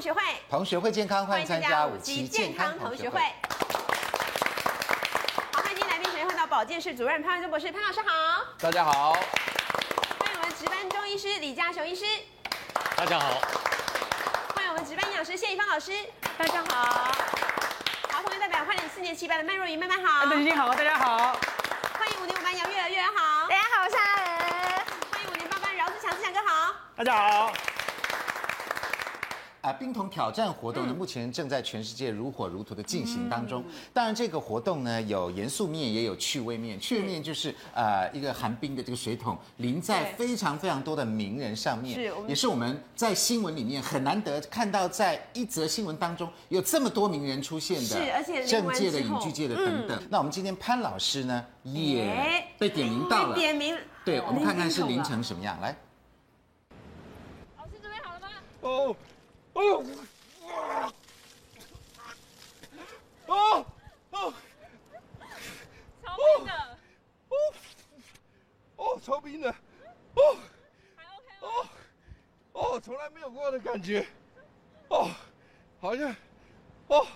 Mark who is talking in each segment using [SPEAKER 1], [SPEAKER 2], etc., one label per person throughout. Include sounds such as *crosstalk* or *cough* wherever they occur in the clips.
[SPEAKER 1] 学会，
[SPEAKER 2] 同学会健康，欢迎参加五期
[SPEAKER 1] 期
[SPEAKER 2] 健康同学会。
[SPEAKER 1] 好，欢迎今天来宾首先换到保健室主任潘万忠博士，潘老师好。
[SPEAKER 3] 大家好，
[SPEAKER 1] 欢迎我们值班中医师李家雄医师，
[SPEAKER 3] 大家好，
[SPEAKER 1] 欢迎我们值班营养师谢怡芳老师。
[SPEAKER 4] 大家好，
[SPEAKER 1] 好，同学代表花莲四年七班的麦若云，麦麦
[SPEAKER 5] 哎
[SPEAKER 1] 好。
[SPEAKER 4] 大家好，大家好，
[SPEAKER 1] 欢迎五零五班杨月儿，月儿好。
[SPEAKER 5] 大家好，我是阿文。
[SPEAKER 1] 欢迎五零八班饶志强，志强哥好。
[SPEAKER 4] 大家好。
[SPEAKER 2] 啊，冰桶挑战活动呢，目前正在全世界如火如荼的进行当中。当然，这个活动呢有严肃面，也有趣味面。趣味面就是呃一个寒冰的这个水桶淋在非常非常多的名人上面，
[SPEAKER 1] 是我们
[SPEAKER 2] 也是我们在新闻里面很难得看到，在一则新闻当中有这么多名人出现的，
[SPEAKER 1] 是而且淋
[SPEAKER 2] 政
[SPEAKER 1] 完
[SPEAKER 2] 界的、
[SPEAKER 1] 之后
[SPEAKER 2] 影剧界的等等。那我们今天潘老师呢也
[SPEAKER 1] 哎
[SPEAKER 2] 被点名到了，
[SPEAKER 1] 点名，
[SPEAKER 2] 对，我们看看是
[SPEAKER 1] 淋
[SPEAKER 2] 淋
[SPEAKER 1] 成
[SPEAKER 2] 成什么样，来。
[SPEAKER 3] 哦，哦，哦，哦，
[SPEAKER 6] 超冰的，
[SPEAKER 3] 哦，哦，超冰的，哦，
[SPEAKER 6] 还 OK 吗？
[SPEAKER 3] 哦，哦，从来没有过的感觉，哦，好像，哦，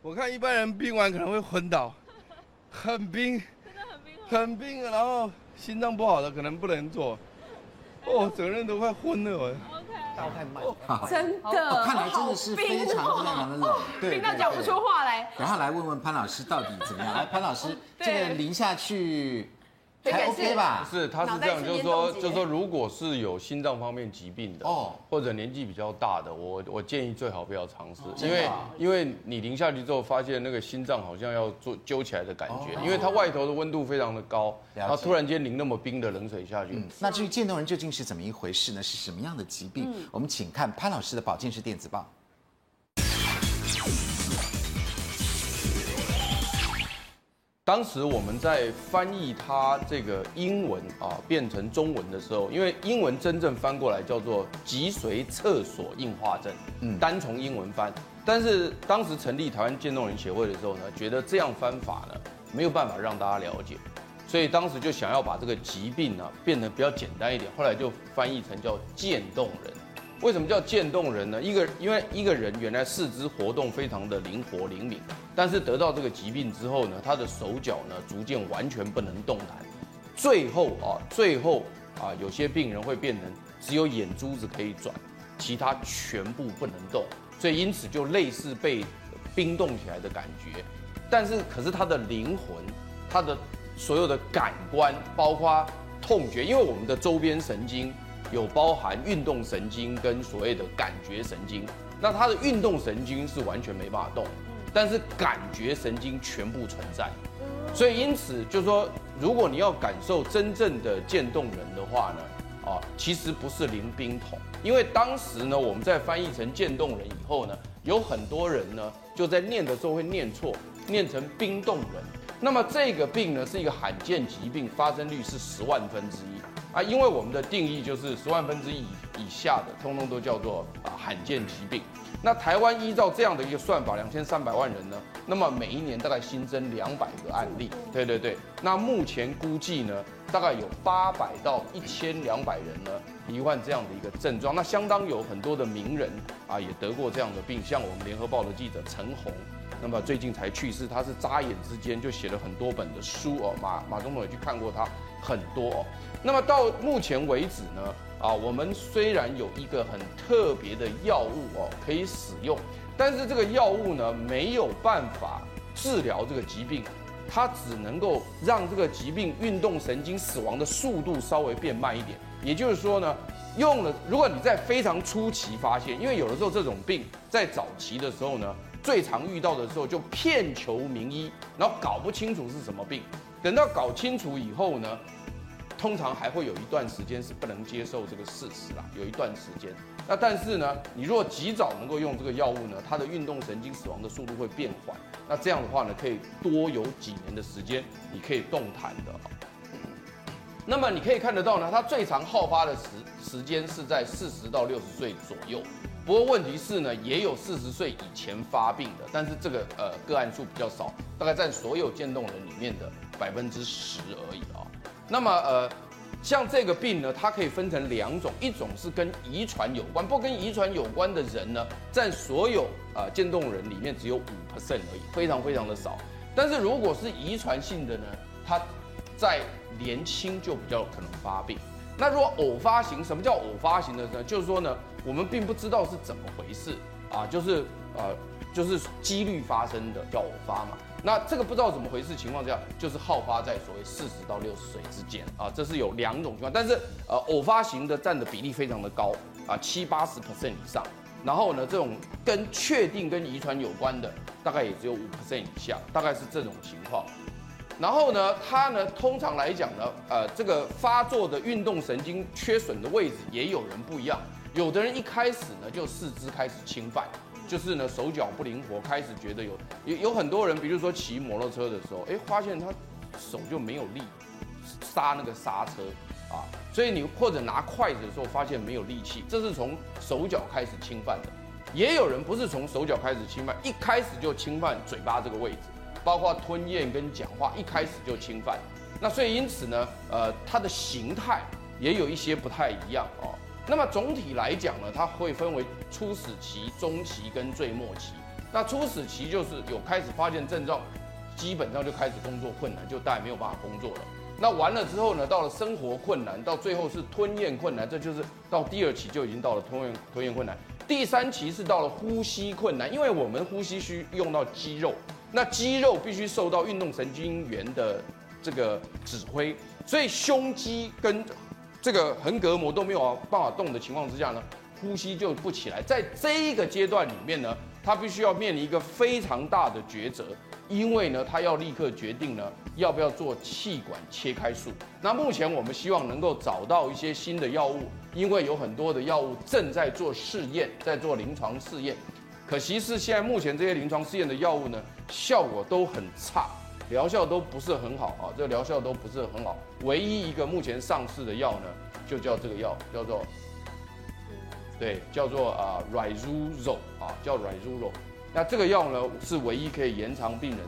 [SPEAKER 3] 我看一般人冰完可能会昏倒，很冰，
[SPEAKER 6] 真的很冰哦。
[SPEAKER 3] 很冰，啊然后心脏不好的可能不能做，哦，整个人都快昏了我。
[SPEAKER 6] OK，
[SPEAKER 3] 太慢
[SPEAKER 1] 真
[SPEAKER 2] 哦
[SPEAKER 1] 的，哦
[SPEAKER 2] 看来真的是非常非常的冷，
[SPEAKER 1] *laughs*
[SPEAKER 2] 对，
[SPEAKER 1] 冰到
[SPEAKER 2] 对
[SPEAKER 1] 讲不出。话来。
[SPEAKER 2] 对然后来问问潘老师到底怎么样？哎来，潘老师，
[SPEAKER 1] 对
[SPEAKER 2] 这个淋下去还
[SPEAKER 1] 感觉
[SPEAKER 2] OK 吧？
[SPEAKER 7] 是，他
[SPEAKER 1] 脑
[SPEAKER 7] 是
[SPEAKER 1] 袋
[SPEAKER 7] 这样，
[SPEAKER 1] 是
[SPEAKER 7] 就是
[SPEAKER 1] 严
[SPEAKER 7] 说，
[SPEAKER 1] 重
[SPEAKER 7] 就是
[SPEAKER 1] 结
[SPEAKER 7] 说，如果是有心脏方面疾病的，
[SPEAKER 2] 哦
[SPEAKER 7] 哦，或者年纪比较大的，我我建议最好不要尝试，因
[SPEAKER 2] 真的
[SPEAKER 7] 为
[SPEAKER 2] 啊
[SPEAKER 7] 因为你淋下去之后，发现那个心脏好像要做揪起来的感觉
[SPEAKER 2] 哦，
[SPEAKER 7] 因为它外头的温度非常的高，
[SPEAKER 2] 解
[SPEAKER 7] 然后突然间淋那么冰的冷水下去，
[SPEAKER 2] 嗯，那至于渐冻人究竟是怎么一回事呢？是什么样的疾病？
[SPEAKER 1] 嗯
[SPEAKER 2] 我们请看潘老师的保健室电子报。
[SPEAKER 7] 当时我们在翻译它这个英文啊变成中文的时候，因为英文真正翻过来叫做脊髓侧索硬化症，嗯，单从英文翻。但是当时成立台湾渐冻人协会的时候呢，觉得这样翻法呢没有办法让大家了解，所以当时就想要把这个疾病呢、变得比较简单一点，后来就翻译成叫渐冻人。为什么叫渐冻人呢？一个因为一个人原来四肢活动非常的灵活灵敏，但是得到这个疾病之后呢，他的手脚呢逐渐完全不能动弹，最后啊，最后啊，有些病人会变成只有眼珠子可以转，其他全部不能动，所以因此就类似被冰冻起来的感觉。但是可是他的灵魂，他的所有的感官，包括痛觉，因为我们的周边神经有包含运动神经跟所谓的感觉神经，那他的运动神经是完全没办法动，但是感觉神经全部存在。所以因此就是说，如果你要感受真正的渐冻人的话呢，啊，其实不是淋冰桶，因为当时呢，我们在翻译成渐冻人以后呢，有很多人呢就在念的时候会念错，念成冰冻人。那么这个病呢是一个罕见疾病，发生率是十万分之一啊，因为我们的定义就是十万分之一以以下的，通通都叫做啊罕见疾病。那台湾依照这样的一个算法，两千三百万人呢，那么每一年大概新增两百个案例，对对对。那目前估计呢，大概有八百到一千两百人呢罹患这样的一个症状，那相当有很多的名人啊也得过这样的病，像我们联合报的记者陈红。那么最近才去世，他是眨眼之间就写了很多本的书哦，马马总统也去看过他很多哦。那么到目前为止呢，啊，我们虽然有一个很特别的药物哦可以使用，但是这个药物呢没有办法治疗这个疾病，它只能够让这个疾病运动神经死亡的速度稍微变慢一点。也就是说呢，用了，如果你在非常初期发现，因为有的时候这种病在早期的时候呢，最常遇到的时候就骗求名医，然后搞不清楚是什么病，等到搞清楚以后呢，通常还会有一段时间是不能接受这个事实啦，有一段时间。那但是呢，你如果及早能够用这个药物呢，它的运动神经死亡的速度会变缓。那这样的话呢，可以多有几年的时间，你可以动弹的。那么你可以看得到呢，它最常好发的时时间是在四十到六十岁左右。不过问题是呢，也有四十岁以前发病的，但是这个呃个案数比较少，大概占所有渐冻人里面的百分之十而已啊、那么呃，像这个病呢，它可以分成两种，一种是跟遗传有关，不跟遗传有关的人呢，占所有啊、呃渐冻人里面只有五 percent 而已，非常非常的少。但是如果是遗传性的呢，它在年轻就比较有可能发病。那如果偶发型，什么叫偶发型的呢？就是说呢，我们并不知道是怎么回事啊，就是呃，就是几率发生的叫偶发嘛。那这个不知道怎么回事情况下，就是好发在所谓四十到六十岁之间啊，这是有两种情况，但是呃，偶发型的占的比例非常的高啊，七八十 percent 以上。然后呢，这种跟确定跟遗传有关的，大概也只有五 percent 以下，大概是这种情况。然后呢，它呢通常来讲呢，呃，这个发作的运动神经缺损的位置也有人不一样，有的人一开始呢就四肢开始侵犯，就是呢手脚不灵活，开始觉得有有有很多人，比如说骑摩托车的时候，哎，发现他手就没有力，刹那个刹车啊，所以你或者拿筷子的时候发现没有力气，这是从手脚开始侵犯的。也有人不是从手脚开始侵犯，一开始就侵犯嘴巴这个位置，包括吞咽跟讲话，一开始就侵犯。那所以因此呢，呃，它的形态也有一些不太一样哦。那么总体来讲呢，它会分为初始期、中期跟最末期。那初始期就是有开始发现症状，基本上就开始工作困难，就大概没有办法工作了。那完了之后呢，到了生活困难，到最后是吞咽困难，这就是到第二期就已经到了吞咽吞咽困难。第三期是到了呼吸困难，因为我们呼吸需用到肌肉，那肌肉必须受到运动神经元的这个指挥，所以胸肌跟这个横膈膜都没有办法动的情况之下呢，呼吸就不起来。在这一个阶段里面呢，他必须要面临一个非常大的抉择，因为呢，他要立刻决定呢，要不要做气管切开术。那目前我们希望能够找到一些新的药物，因为有很多的药物正在做试验，在做临床试验。可惜是现在目前这些临床试验的药物呢，效果都很差，疗效都不是很好啊，这个疗效都不是很好。唯一一个目前上市的药呢，就叫这个药，叫做，对，叫做啊 r i z u r o 啊，叫 r i z u r o 那这个药呢，是唯一可以延长病人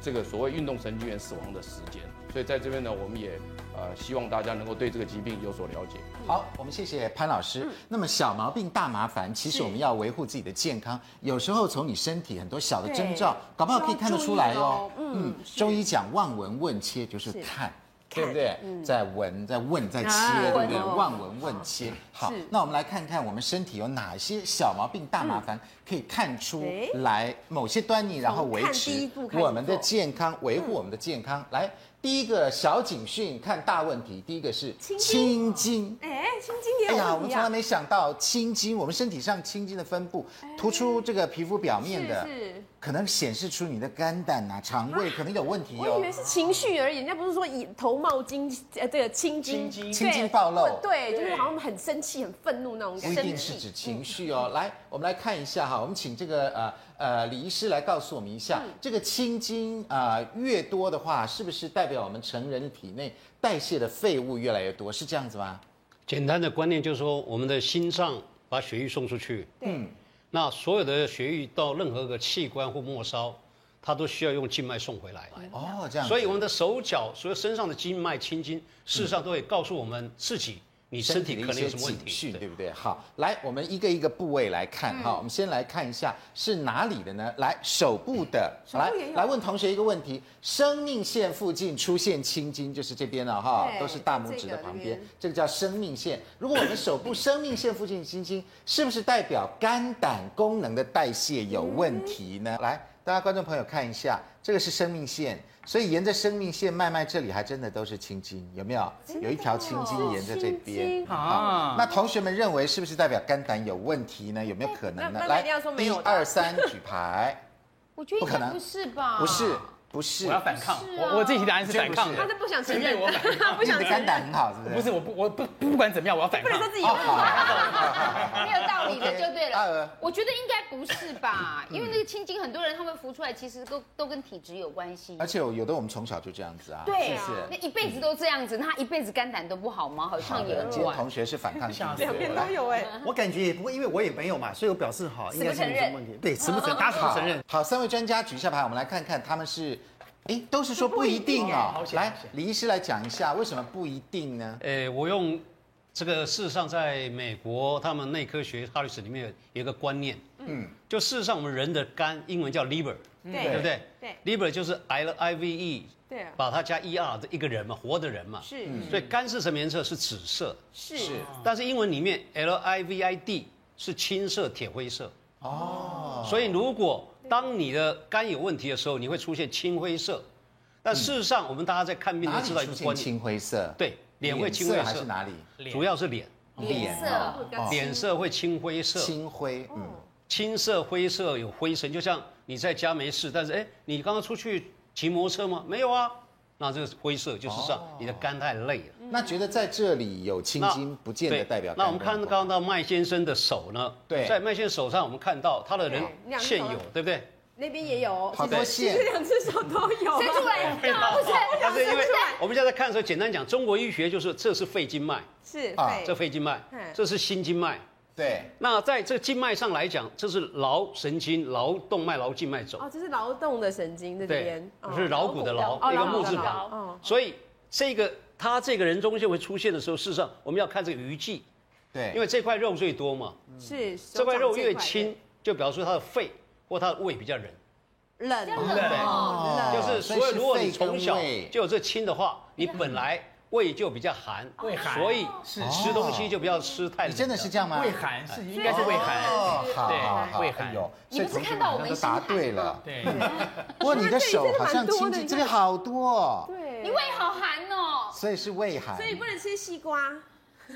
[SPEAKER 7] 这个所谓运动神经元死亡的时间。所以在这边呢，我们也呃希望大家能够对这个疾病有所了解。
[SPEAKER 1] 嗯
[SPEAKER 2] 好，我们谢谢潘老师。那么小毛病大麻烦，其实我们要维护自己的健康，有时候从你身体很多小的征兆，搞不好可以看得出来哦。嗯，中医讲望闻问切就是看。对不对？在闻，在问，在切，
[SPEAKER 1] 嗯啊
[SPEAKER 2] 对不对？
[SPEAKER 1] 闻哦
[SPEAKER 2] 望闻问切。好
[SPEAKER 1] 是，
[SPEAKER 2] 那我们来看看我们身体有哪些小毛病、大麻烦，
[SPEAKER 1] 嗯
[SPEAKER 2] 可以看出
[SPEAKER 1] 哎
[SPEAKER 2] 来某些端倪，然后维
[SPEAKER 1] 看第一
[SPEAKER 2] 持
[SPEAKER 1] 步开始嗯
[SPEAKER 2] 我们的
[SPEAKER 1] 做
[SPEAKER 2] 健康，维护我们的健康。来，第一个小警讯，看大问题。第一个是
[SPEAKER 1] 青
[SPEAKER 2] 青筋。
[SPEAKER 1] 哎，青筋也
[SPEAKER 2] 哎
[SPEAKER 1] 有
[SPEAKER 2] 呀，
[SPEAKER 1] 问
[SPEAKER 2] 我们
[SPEAKER 1] 题
[SPEAKER 2] 从来
[SPEAKER 1] 啊。
[SPEAKER 2] 没想到青筋，我们身体上青筋的分布，突出这个皮肤表面的，
[SPEAKER 1] 哎是，
[SPEAKER 2] 可能显示出你的肝胆啊、肠胃可能有问题
[SPEAKER 1] 我
[SPEAKER 2] 哦
[SPEAKER 1] 以为。是情绪而已，人家不是说以头冒金，呃，这个青筋，对
[SPEAKER 2] 青筋青筋暴露
[SPEAKER 1] 对，就是好像很生气、很愤怒那种
[SPEAKER 2] 不
[SPEAKER 1] 感
[SPEAKER 2] 一
[SPEAKER 1] 觉。
[SPEAKER 2] 定是指情绪哦。来，我们来看一下哈，我们请这个呃呃李医师来告诉我们一下，
[SPEAKER 1] 嗯
[SPEAKER 2] 这个青筋啊、呃越多的话，是不是代表我们成人体内代谢的废物越来越多？是这样子吗？
[SPEAKER 8] 简单的观念就是说，我们的心脏把血液送出去，
[SPEAKER 2] 嗯，
[SPEAKER 8] 那所有的血液到任何个器官或末梢，它都需要用静脉送回来。
[SPEAKER 2] 哦，这样子。
[SPEAKER 8] 所以我们的手脚，所有身上的经脉、青筋，事实上都会告诉我们自己，你身体
[SPEAKER 2] 的
[SPEAKER 8] 可
[SPEAKER 2] 一
[SPEAKER 8] 能
[SPEAKER 2] 些
[SPEAKER 8] 有什么问
[SPEAKER 2] 警
[SPEAKER 8] 题
[SPEAKER 2] 讯，。对不对？好，来，我们一个一个部位来看
[SPEAKER 1] 嗯
[SPEAKER 2] 哈、我们先来看一下是哪里的呢？来，手部的，
[SPEAKER 1] 手部
[SPEAKER 2] 来
[SPEAKER 1] 也有
[SPEAKER 2] 来问同学一个问题：生命线附近出现青筋，就是这边了哈，
[SPEAKER 1] 对
[SPEAKER 2] 都是大拇指
[SPEAKER 1] 这
[SPEAKER 2] 的
[SPEAKER 1] 个
[SPEAKER 2] 旁
[SPEAKER 1] 这
[SPEAKER 2] 边
[SPEAKER 1] 边，
[SPEAKER 2] 这个叫生命线。如果我们手部生命线附近的青筋，是不是代表肝胆功能的代谢有问题呢？来，大家观众朋友看一下，这个是生命线。所以沿着生命线慢慢，这里还真的都是青筋，有没有？有一条青筋沿着这边
[SPEAKER 1] 哦青筋
[SPEAKER 2] 啊
[SPEAKER 4] 啊。
[SPEAKER 2] 那同学们认为是不是代表肝胆有问题呢？有没有可能
[SPEAKER 1] 那？
[SPEAKER 2] 呢
[SPEAKER 1] 那
[SPEAKER 2] 来
[SPEAKER 1] 一定要说，没
[SPEAKER 2] 一
[SPEAKER 1] 有的
[SPEAKER 2] 二三，举牌，
[SPEAKER 5] 我觉得
[SPEAKER 2] 不
[SPEAKER 5] 应
[SPEAKER 2] 可
[SPEAKER 5] 该
[SPEAKER 2] 能
[SPEAKER 5] 不是吧？
[SPEAKER 2] 不是，不是
[SPEAKER 4] 我，要反抗，
[SPEAKER 5] 是啊
[SPEAKER 4] 我我自己答案是反抗
[SPEAKER 2] 这
[SPEAKER 1] 他
[SPEAKER 4] 的
[SPEAKER 1] 是，不想承
[SPEAKER 4] 前
[SPEAKER 1] 认
[SPEAKER 4] 面我反，
[SPEAKER 1] 他不
[SPEAKER 2] 你
[SPEAKER 1] 想
[SPEAKER 2] 的
[SPEAKER 1] 承
[SPEAKER 2] 肝
[SPEAKER 1] 认，
[SPEAKER 2] 胆很好，是不是？
[SPEAKER 4] 不是我不我不不管怎么样，我要反
[SPEAKER 1] 不能说
[SPEAKER 4] 抗。
[SPEAKER 1] 自己
[SPEAKER 2] 哦，
[SPEAKER 1] 有问
[SPEAKER 2] 好，
[SPEAKER 1] 题。
[SPEAKER 5] *laughs* 没有道理
[SPEAKER 2] OK，
[SPEAKER 5] 的
[SPEAKER 2] 呃嗯
[SPEAKER 5] 就对
[SPEAKER 2] 二儿
[SPEAKER 5] 了。我觉得应该不是吧？因为那个青筋，很多人他们浮出来，其实都都跟体质有关系
[SPEAKER 2] 而。且有的我们从小就这样子啊，
[SPEAKER 5] 对
[SPEAKER 2] 是不
[SPEAKER 5] 啊，那
[SPEAKER 2] 是？
[SPEAKER 5] 一辈子都这样子，那他一辈子肝胆都不好吗？好像也
[SPEAKER 2] 的啊今天
[SPEAKER 5] 乱。
[SPEAKER 2] 同学是反抗性的，
[SPEAKER 1] 两边都有哎，
[SPEAKER 9] 我感觉也不会，因为我也没有嘛，所以我表示好，应该是没有什么问题。对，承不承认？打死不
[SPEAKER 2] 好
[SPEAKER 9] 承认。
[SPEAKER 2] 好，三位专家举一下牌，我们来看看他们是哎，都是说不一定
[SPEAKER 4] 好
[SPEAKER 2] 哦。
[SPEAKER 4] 险
[SPEAKER 2] 来
[SPEAKER 4] 好险，
[SPEAKER 2] 李医师来讲一下为什么不一定呢？
[SPEAKER 8] 诶，呃我用这个，事实上，在美国他们内科学哈律史里面有一个观念，嗯，就事实上我们人的肝，英文叫 liver，
[SPEAKER 1] 对
[SPEAKER 8] 对不对？
[SPEAKER 1] 对
[SPEAKER 8] ，liver 就是 L I V E，
[SPEAKER 1] 对啊
[SPEAKER 8] 把它加 E R 的一个人嘛，活的人嘛，
[SPEAKER 1] 是
[SPEAKER 2] 嗯
[SPEAKER 1] 嗯
[SPEAKER 8] 所以肝是什么颜色？是紫色，
[SPEAKER 1] 是
[SPEAKER 2] 是
[SPEAKER 8] 但是英文里面 L I V I D 是青色、铁灰色，
[SPEAKER 2] 哦，
[SPEAKER 8] 所以如果当你的肝有问题的时候，你会出现青灰色。但事实上，我们大家在看
[SPEAKER 2] 嗯
[SPEAKER 8] 病
[SPEAKER 2] 哪
[SPEAKER 8] 都
[SPEAKER 2] 里
[SPEAKER 8] 知道一
[SPEAKER 2] 出
[SPEAKER 8] 个
[SPEAKER 2] 现
[SPEAKER 8] 观念，
[SPEAKER 2] 青灰色？
[SPEAKER 8] 对，脸会青
[SPEAKER 2] 色
[SPEAKER 8] 灰色
[SPEAKER 2] 还是哪里？
[SPEAKER 8] 主要是脸，
[SPEAKER 5] 脸啊色
[SPEAKER 2] 哦
[SPEAKER 1] 比较
[SPEAKER 2] 哦
[SPEAKER 8] 脸色会青灰色，
[SPEAKER 2] 青灰，嗯，
[SPEAKER 8] 青色灰色有灰尘，就像你在家没事，但是哎，你刚刚出去骑摩托车吗？没有啊，那这个灰色就是上
[SPEAKER 2] 哦
[SPEAKER 8] 你的肝太累了。
[SPEAKER 2] 那觉得在这里有青
[SPEAKER 8] 嗯那
[SPEAKER 2] 筋，不见
[SPEAKER 8] 对
[SPEAKER 2] 得代表肝
[SPEAKER 8] 那我们看
[SPEAKER 2] 功能不好
[SPEAKER 8] 刚到麦先生的手呢？
[SPEAKER 2] 对
[SPEAKER 8] 在麦先生手上，我们看到他的人
[SPEAKER 1] 对两只
[SPEAKER 8] 现
[SPEAKER 1] 手
[SPEAKER 8] 有，对不对？
[SPEAKER 1] 那边也有，
[SPEAKER 2] 好多
[SPEAKER 1] 其实
[SPEAKER 2] 线
[SPEAKER 1] 其实两只手都有啊，
[SPEAKER 5] 伸出来干嘛
[SPEAKER 2] *laughs*
[SPEAKER 5] 不伸？
[SPEAKER 8] 但是因为我们现在看的时候，简单讲，中国医学就是这是肺经脉，
[SPEAKER 1] 是
[SPEAKER 2] 啊
[SPEAKER 1] 对
[SPEAKER 8] 这肺经脉
[SPEAKER 1] 嗯，
[SPEAKER 8] 这是心经脉。
[SPEAKER 2] 对。
[SPEAKER 8] 那在这个经脉上来讲，这是桡神经、桡动脉、桡静脉轴
[SPEAKER 1] 哦，，这是劳动的神经在这
[SPEAKER 8] 对
[SPEAKER 1] 边，，
[SPEAKER 8] 是桡骨的桡，
[SPEAKER 1] 哦
[SPEAKER 8] 一个
[SPEAKER 1] 劳
[SPEAKER 8] 木字
[SPEAKER 1] 动的劳
[SPEAKER 8] 旁。
[SPEAKER 1] 哦，
[SPEAKER 8] 所以这个它这个人中线会出现的时候，事实上我们要看这个鱼际，
[SPEAKER 2] 对，
[SPEAKER 8] 因为这块肉最多嘛，
[SPEAKER 1] 是
[SPEAKER 8] 嗯这块肉越
[SPEAKER 1] 轻
[SPEAKER 8] 轻，就表示说它的肺或它的胃比较冷。
[SPEAKER 1] 冷
[SPEAKER 8] 冷
[SPEAKER 1] 哦
[SPEAKER 8] 就
[SPEAKER 1] 冷，
[SPEAKER 8] 是
[SPEAKER 2] 所以
[SPEAKER 8] 所以
[SPEAKER 2] 是
[SPEAKER 8] 如果
[SPEAKER 2] 肺
[SPEAKER 8] 你
[SPEAKER 2] 跟
[SPEAKER 8] 从小
[SPEAKER 2] 胃
[SPEAKER 8] 就有这轻的话，你本来哎胃就比较寒，哦
[SPEAKER 4] 胃寒
[SPEAKER 8] 所以
[SPEAKER 4] 是
[SPEAKER 8] 吃东西就不要吃太冷。
[SPEAKER 2] 你真的是这样吗？
[SPEAKER 4] 胃寒是应该是胃寒，
[SPEAKER 2] 哦，好好好，
[SPEAKER 4] 胃寒
[SPEAKER 2] 哎呦
[SPEAKER 5] 你们是
[SPEAKER 2] 所以同学
[SPEAKER 5] 看到我们
[SPEAKER 2] 好像都答对了。
[SPEAKER 4] 对，
[SPEAKER 2] 不过你的手好像
[SPEAKER 1] 哇这里真的蛮多
[SPEAKER 2] 青
[SPEAKER 1] 的
[SPEAKER 2] 筋，这边好多哦，
[SPEAKER 1] 对，
[SPEAKER 5] 你胃好寒哦，
[SPEAKER 2] 所以是胃寒，
[SPEAKER 1] 所以不能吃西瓜，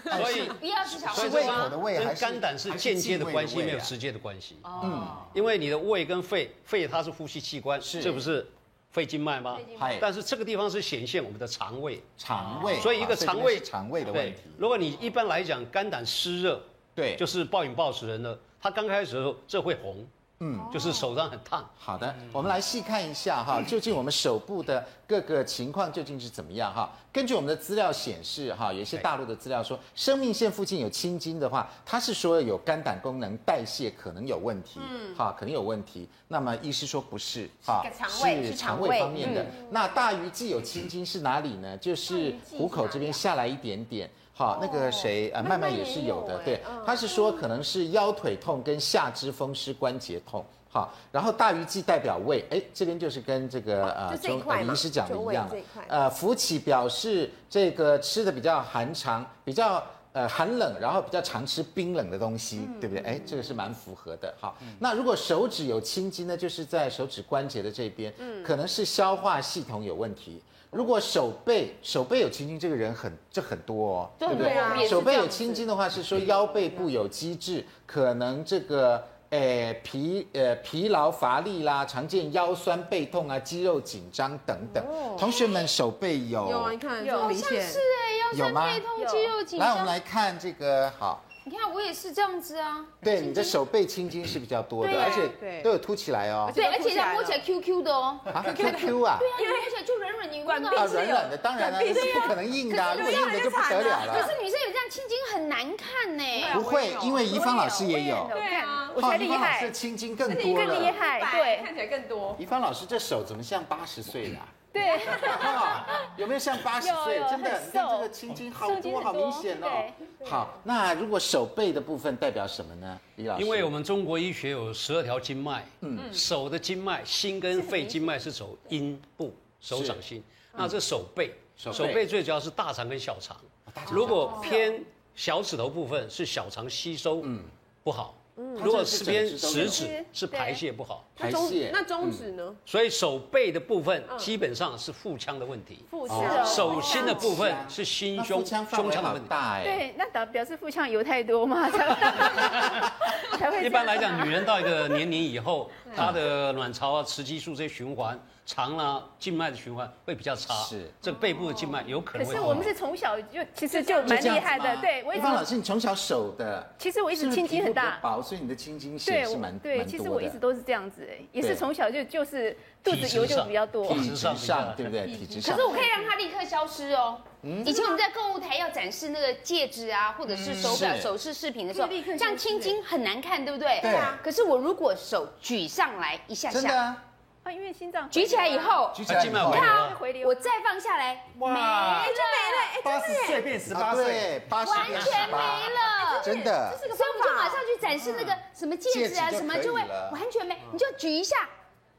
[SPEAKER 8] 所以
[SPEAKER 5] 不要吃小
[SPEAKER 8] 所以
[SPEAKER 5] 黄
[SPEAKER 2] 是胃
[SPEAKER 8] 这
[SPEAKER 2] 口的胃还
[SPEAKER 8] 跟
[SPEAKER 2] 是
[SPEAKER 8] 肝胆是
[SPEAKER 2] 还是
[SPEAKER 8] 间接的
[SPEAKER 2] 忌
[SPEAKER 8] 关
[SPEAKER 2] 讳
[SPEAKER 8] 系，
[SPEAKER 2] 的胃
[SPEAKER 8] 没有
[SPEAKER 2] 啊
[SPEAKER 8] 直接的关系。
[SPEAKER 2] 嗯
[SPEAKER 5] 哦，
[SPEAKER 8] 因为你的胃跟肺，肺它是呼吸器官，这不是肺经脉吗？
[SPEAKER 2] 嗨
[SPEAKER 8] 但是这个地方是显现我们的肠胃，
[SPEAKER 2] 肠胃，
[SPEAKER 8] 所以一个
[SPEAKER 2] 啊这
[SPEAKER 8] 肠
[SPEAKER 2] 边
[SPEAKER 8] 胃
[SPEAKER 2] 是肠胃的
[SPEAKER 8] 对
[SPEAKER 2] 问题，
[SPEAKER 8] 如果你一般来讲肝胆湿热，
[SPEAKER 2] 对，
[SPEAKER 8] 就是是暴饮暴食人呢，他刚开始的时候这会红，嗯，就是手上很烫。
[SPEAKER 2] 好的。
[SPEAKER 5] 嗯
[SPEAKER 2] 我们来细看一下
[SPEAKER 5] *coughs*
[SPEAKER 2] 哈，究竟我们手部的各个情况究竟是怎么样哈？根据我们的资料显示哈，有一些
[SPEAKER 8] 对
[SPEAKER 2] 大陆的资料说，生命线附近有青筋的话，它是说有肝胆功能代谢可能有问题，嗯，哈，可能有问题。那么医师说不是哈
[SPEAKER 5] 是个肠胃
[SPEAKER 2] 是
[SPEAKER 5] 是肠
[SPEAKER 2] 肠胃
[SPEAKER 5] 胃嗯
[SPEAKER 2] 方面的。那大鱼际有青筋是哪里呢？就是虎口这边
[SPEAKER 1] 啊
[SPEAKER 2] 下来一点点。好，那
[SPEAKER 1] 哦
[SPEAKER 2] 个谁，呃，慢慢也是有
[SPEAKER 1] 哎
[SPEAKER 2] 的，对，
[SPEAKER 1] 嗯
[SPEAKER 2] 他是说可能是腰腿痛跟下肢风湿关节痛。好，然后大鱼际代表胃，哎，这边就是跟这个呃
[SPEAKER 1] 就这一
[SPEAKER 2] 中
[SPEAKER 1] 块
[SPEAKER 2] 呃
[SPEAKER 1] 嘛
[SPEAKER 2] 医师讲的
[SPEAKER 1] 就
[SPEAKER 2] 一
[SPEAKER 1] 胃
[SPEAKER 2] 样
[SPEAKER 1] 这一块，
[SPEAKER 2] 呃，福起表示这个吃的比较寒长，比较呃寒冷，然后比较常吃冰冷的东西，对不对？哎，这个是蛮符合的。好，那如果手指有青筋呢，就是在手指关节的这边，可能是消化系统有问题。如果手背手背有青筋，这个人很这很多哦，对不对？
[SPEAKER 5] 对啊
[SPEAKER 2] 手背有青筋的话，是说腰背部有机制，可能这个。诶、疲呃疲劳乏力啦，常见腰酸背痛啊，肌肉紧张等等。同学们手背有
[SPEAKER 1] 有啊，你看
[SPEAKER 5] 好
[SPEAKER 1] 有明
[SPEAKER 5] 像
[SPEAKER 1] 显，
[SPEAKER 5] 是哎，腰
[SPEAKER 2] 有
[SPEAKER 5] 酸
[SPEAKER 2] 吗
[SPEAKER 5] 背痛，肌肉紧
[SPEAKER 2] 来，我们
[SPEAKER 5] 张。
[SPEAKER 2] 来看这个好，
[SPEAKER 5] 你看我也是这样子啊，
[SPEAKER 2] 对，你的手背青筋是比较多的，
[SPEAKER 5] 对啊
[SPEAKER 2] 而且
[SPEAKER 1] 对
[SPEAKER 2] 都有凸起来哦。
[SPEAKER 5] 对，而且它摸起来 Q Q 的哦，
[SPEAKER 2] 啊，QQ 啊，
[SPEAKER 5] 对啊，你摸起来就软软，你摸
[SPEAKER 1] 管
[SPEAKER 5] 到
[SPEAKER 2] 啊，
[SPEAKER 1] 壁是
[SPEAKER 2] 软软的，当然了，那是不可能硬的啊，如
[SPEAKER 1] 可
[SPEAKER 2] 果
[SPEAKER 1] 是
[SPEAKER 2] 硬的就不得了
[SPEAKER 5] 可
[SPEAKER 2] 了。
[SPEAKER 5] 是女啊生有这样青筋很难看呢。
[SPEAKER 2] 不会，因为怡芳老师也有，哦
[SPEAKER 6] 对啊，
[SPEAKER 2] 我才厉害，这青筋更多了。
[SPEAKER 10] 厉害，对，
[SPEAKER 1] 看起来更多，
[SPEAKER 2] 怡芳老师这手怎么像八十岁的、啊？对、 *laughs* 有没有像八十岁？
[SPEAKER 10] 有有
[SPEAKER 2] 真的，
[SPEAKER 10] 很
[SPEAKER 2] 你看这
[SPEAKER 10] 瘦
[SPEAKER 2] 个青筋好
[SPEAKER 10] 瘦筋
[SPEAKER 2] 多，
[SPEAKER 10] 很
[SPEAKER 2] 好明
[SPEAKER 10] 多
[SPEAKER 2] 显哦。好，那如果手背的部分代表什么呢？李老师，
[SPEAKER 8] 因为我们中国医学有十二条经脉，嗯，手的经脉，心跟肺经脉是走阴部，手掌心。那这手背，
[SPEAKER 2] 嗯手背哦
[SPEAKER 8] 最主要是大肠跟小肠
[SPEAKER 2] 大肠。
[SPEAKER 8] 如果偏小指头部分是小肠吸收，嗯，不好。如
[SPEAKER 2] 它
[SPEAKER 8] 果
[SPEAKER 2] 这是
[SPEAKER 8] 是偏
[SPEAKER 2] 整只都有
[SPEAKER 8] 食指是排泄不好，
[SPEAKER 1] 那
[SPEAKER 2] 排
[SPEAKER 1] 中
[SPEAKER 2] 泄，嗯
[SPEAKER 1] 那中指呢？
[SPEAKER 8] 所以手背的部分
[SPEAKER 10] 嗯
[SPEAKER 8] 基本上是腹腔的问题，
[SPEAKER 1] 腹
[SPEAKER 2] 哦
[SPEAKER 10] 啊
[SPEAKER 1] 腔
[SPEAKER 8] 手心的部分
[SPEAKER 2] 腹腔
[SPEAKER 8] 是心
[SPEAKER 2] 那
[SPEAKER 8] 胸
[SPEAKER 2] 腹腔范
[SPEAKER 8] 胸
[SPEAKER 2] 围
[SPEAKER 8] 腔的
[SPEAKER 2] 好
[SPEAKER 8] 问题。
[SPEAKER 2] 大哎。
[SPEAKER 10] 对，那表表示腹腔油太多嘛，才
[SPEAKER 2] *laughs*
[SPEAKER 10] 会才会这样
[SPEAKER 8] 一般来讲，女人到一个年龄以后，
[SPEAKER 10] 嗯
[SPEAKER 8] 她的卵巢啊、雌激素这些循环、肠啊、静脉的循环会比较差，
[SPEAKER 2] 是
[SPEAKER 8] 这个背部的静脉有可
[SPEAKER 10] 可
[SPEAKER 8] 能会
[SPEAKER 10] 是
[SPEAKER 8] 痛。
[SPEAKER 10] 我们是从小就其实就蛮
[SPEAKER 2] 这样
[SPEAKER 10] 厉
[SPEAKER 2] 子
[SPEAKER 10] 害的，
[SPEAKER 2] 吗
[SPEAKER 10] 对我一
[SPEAKER 2] 怡
[SPEAKER 10] 直
[SPEAKER 2] 芳老师，你从小手的，
[SPEAKER 10] 其实我一
[SPEAKER 2] 是
[SPEAKER 10] 直
[SPEAKER 2] 不是
[SPEAKER 10] 青筋
[SPEAKER 2] 皮肤
[SPEAKER 10] 很
[SPEAKER 2] 比较
[SPEAKER 10] 大，
[SPEAKER 2] 薄，所以你的青筋
[SPEAKER 10] 对
[SPEAKER 2] 线是
[SPEAKER 10] 我
[SPEAKER 2] 蛮
[SPEAKER 10] 对，
[SPEAKER 2] 蛮
[SPEAKER 10] 其
[SPEAKER 2] 多
[SPEAKER 10] 实
[SPEAKER 2] 的
[SPEAKER 10] 我一直都是这样子，哎，也
[SPEAKER 2] 对
[SPEAKER 10] 是从小就就是肚
[SPEAKER 8] 体
[SPEAKER 10] 子
[SPEAKER 8] 质
[SPEAKER 10] 油就
[SPEAKER 8] 上
[SPEAKER 10] 比较多。
[SPEAKER 8] 体
[SPEAKER 2] 体
[SPEAKER 8] 质
[SPEAKER 2] 质
[SPEAKER 8] 上
[SPEAKER 2] 上，对不啊嗯对？体质
[SPEAKER 5] 可
[SPEAKER 2] 上
[SPEAKER 5] 是。啊我可以让它立刻消失哦。以前我们在购物台要展示那个戒指啊，或者是手表、
[SPEAKER 2] 嗯是
[SPEAKER 5] 首饰、饰品的时候，
[SPEAKER 1] 可以立刻
[SPEAKER 5] 这
[SPEAKER 1] 消失
[SPEAKER 5] 样青筋很难看，对不对？
[SPEAKER 2] 对啊
[SPEAKER 5] 可是我如果手举上来一下
[SPEAKER 2] 真的
[SPEAKER 5] 下，
[SPEAKER 2] 啊，
[SPEAKER 10] 啊，因为心脏
[SPEAKER 5] 举起来以后，
[SPEAKER 2] 举起来以后
[SPEAKER 5] 你看啊
[SPEAKER 10] 回流
[SPEAKER 5] 我再放下来，没了，
[SPEAKER 10] 哎真没了，
[SPEAKER 9] 八
[SPEAKER 10] 哎，
[SPEAKER 9] 十
[SPEAKER 10] 真的耶
[SPEAKER 9] 岁变十
[SPEAKER 2] 啊
[SPEAKER 9] 八岁
[SPEAKER 2] 对，，八十
[SPEAKER 5] 完
[SPEAKER 2] 变
[SPEAKER 5] 全
[SPEAKER 2] 十
[SPEAKER 5] 没
[SPEAKER 2] 八，
[SPEAKER 5] 了。
[SPEAKER 2] 真的
[SPEAKER 10] 这是个
[SPEAKER 5] 所
[SPEAKER 10] 方
[SPEAKER 5] 以我们就马
[SPEAKER 10] 法
[SPEAKER 5] 上。去展示那个什么戒指啊，
[SPEAKER 2] 嗯戒指就
[SPEAKER 5] 什么
[SPEAKER 2] 可以
[SPEAKER 5] 就会
[SPEAKER 2] 了嗯
[SPEAKER 5] 完全没，你就举一下，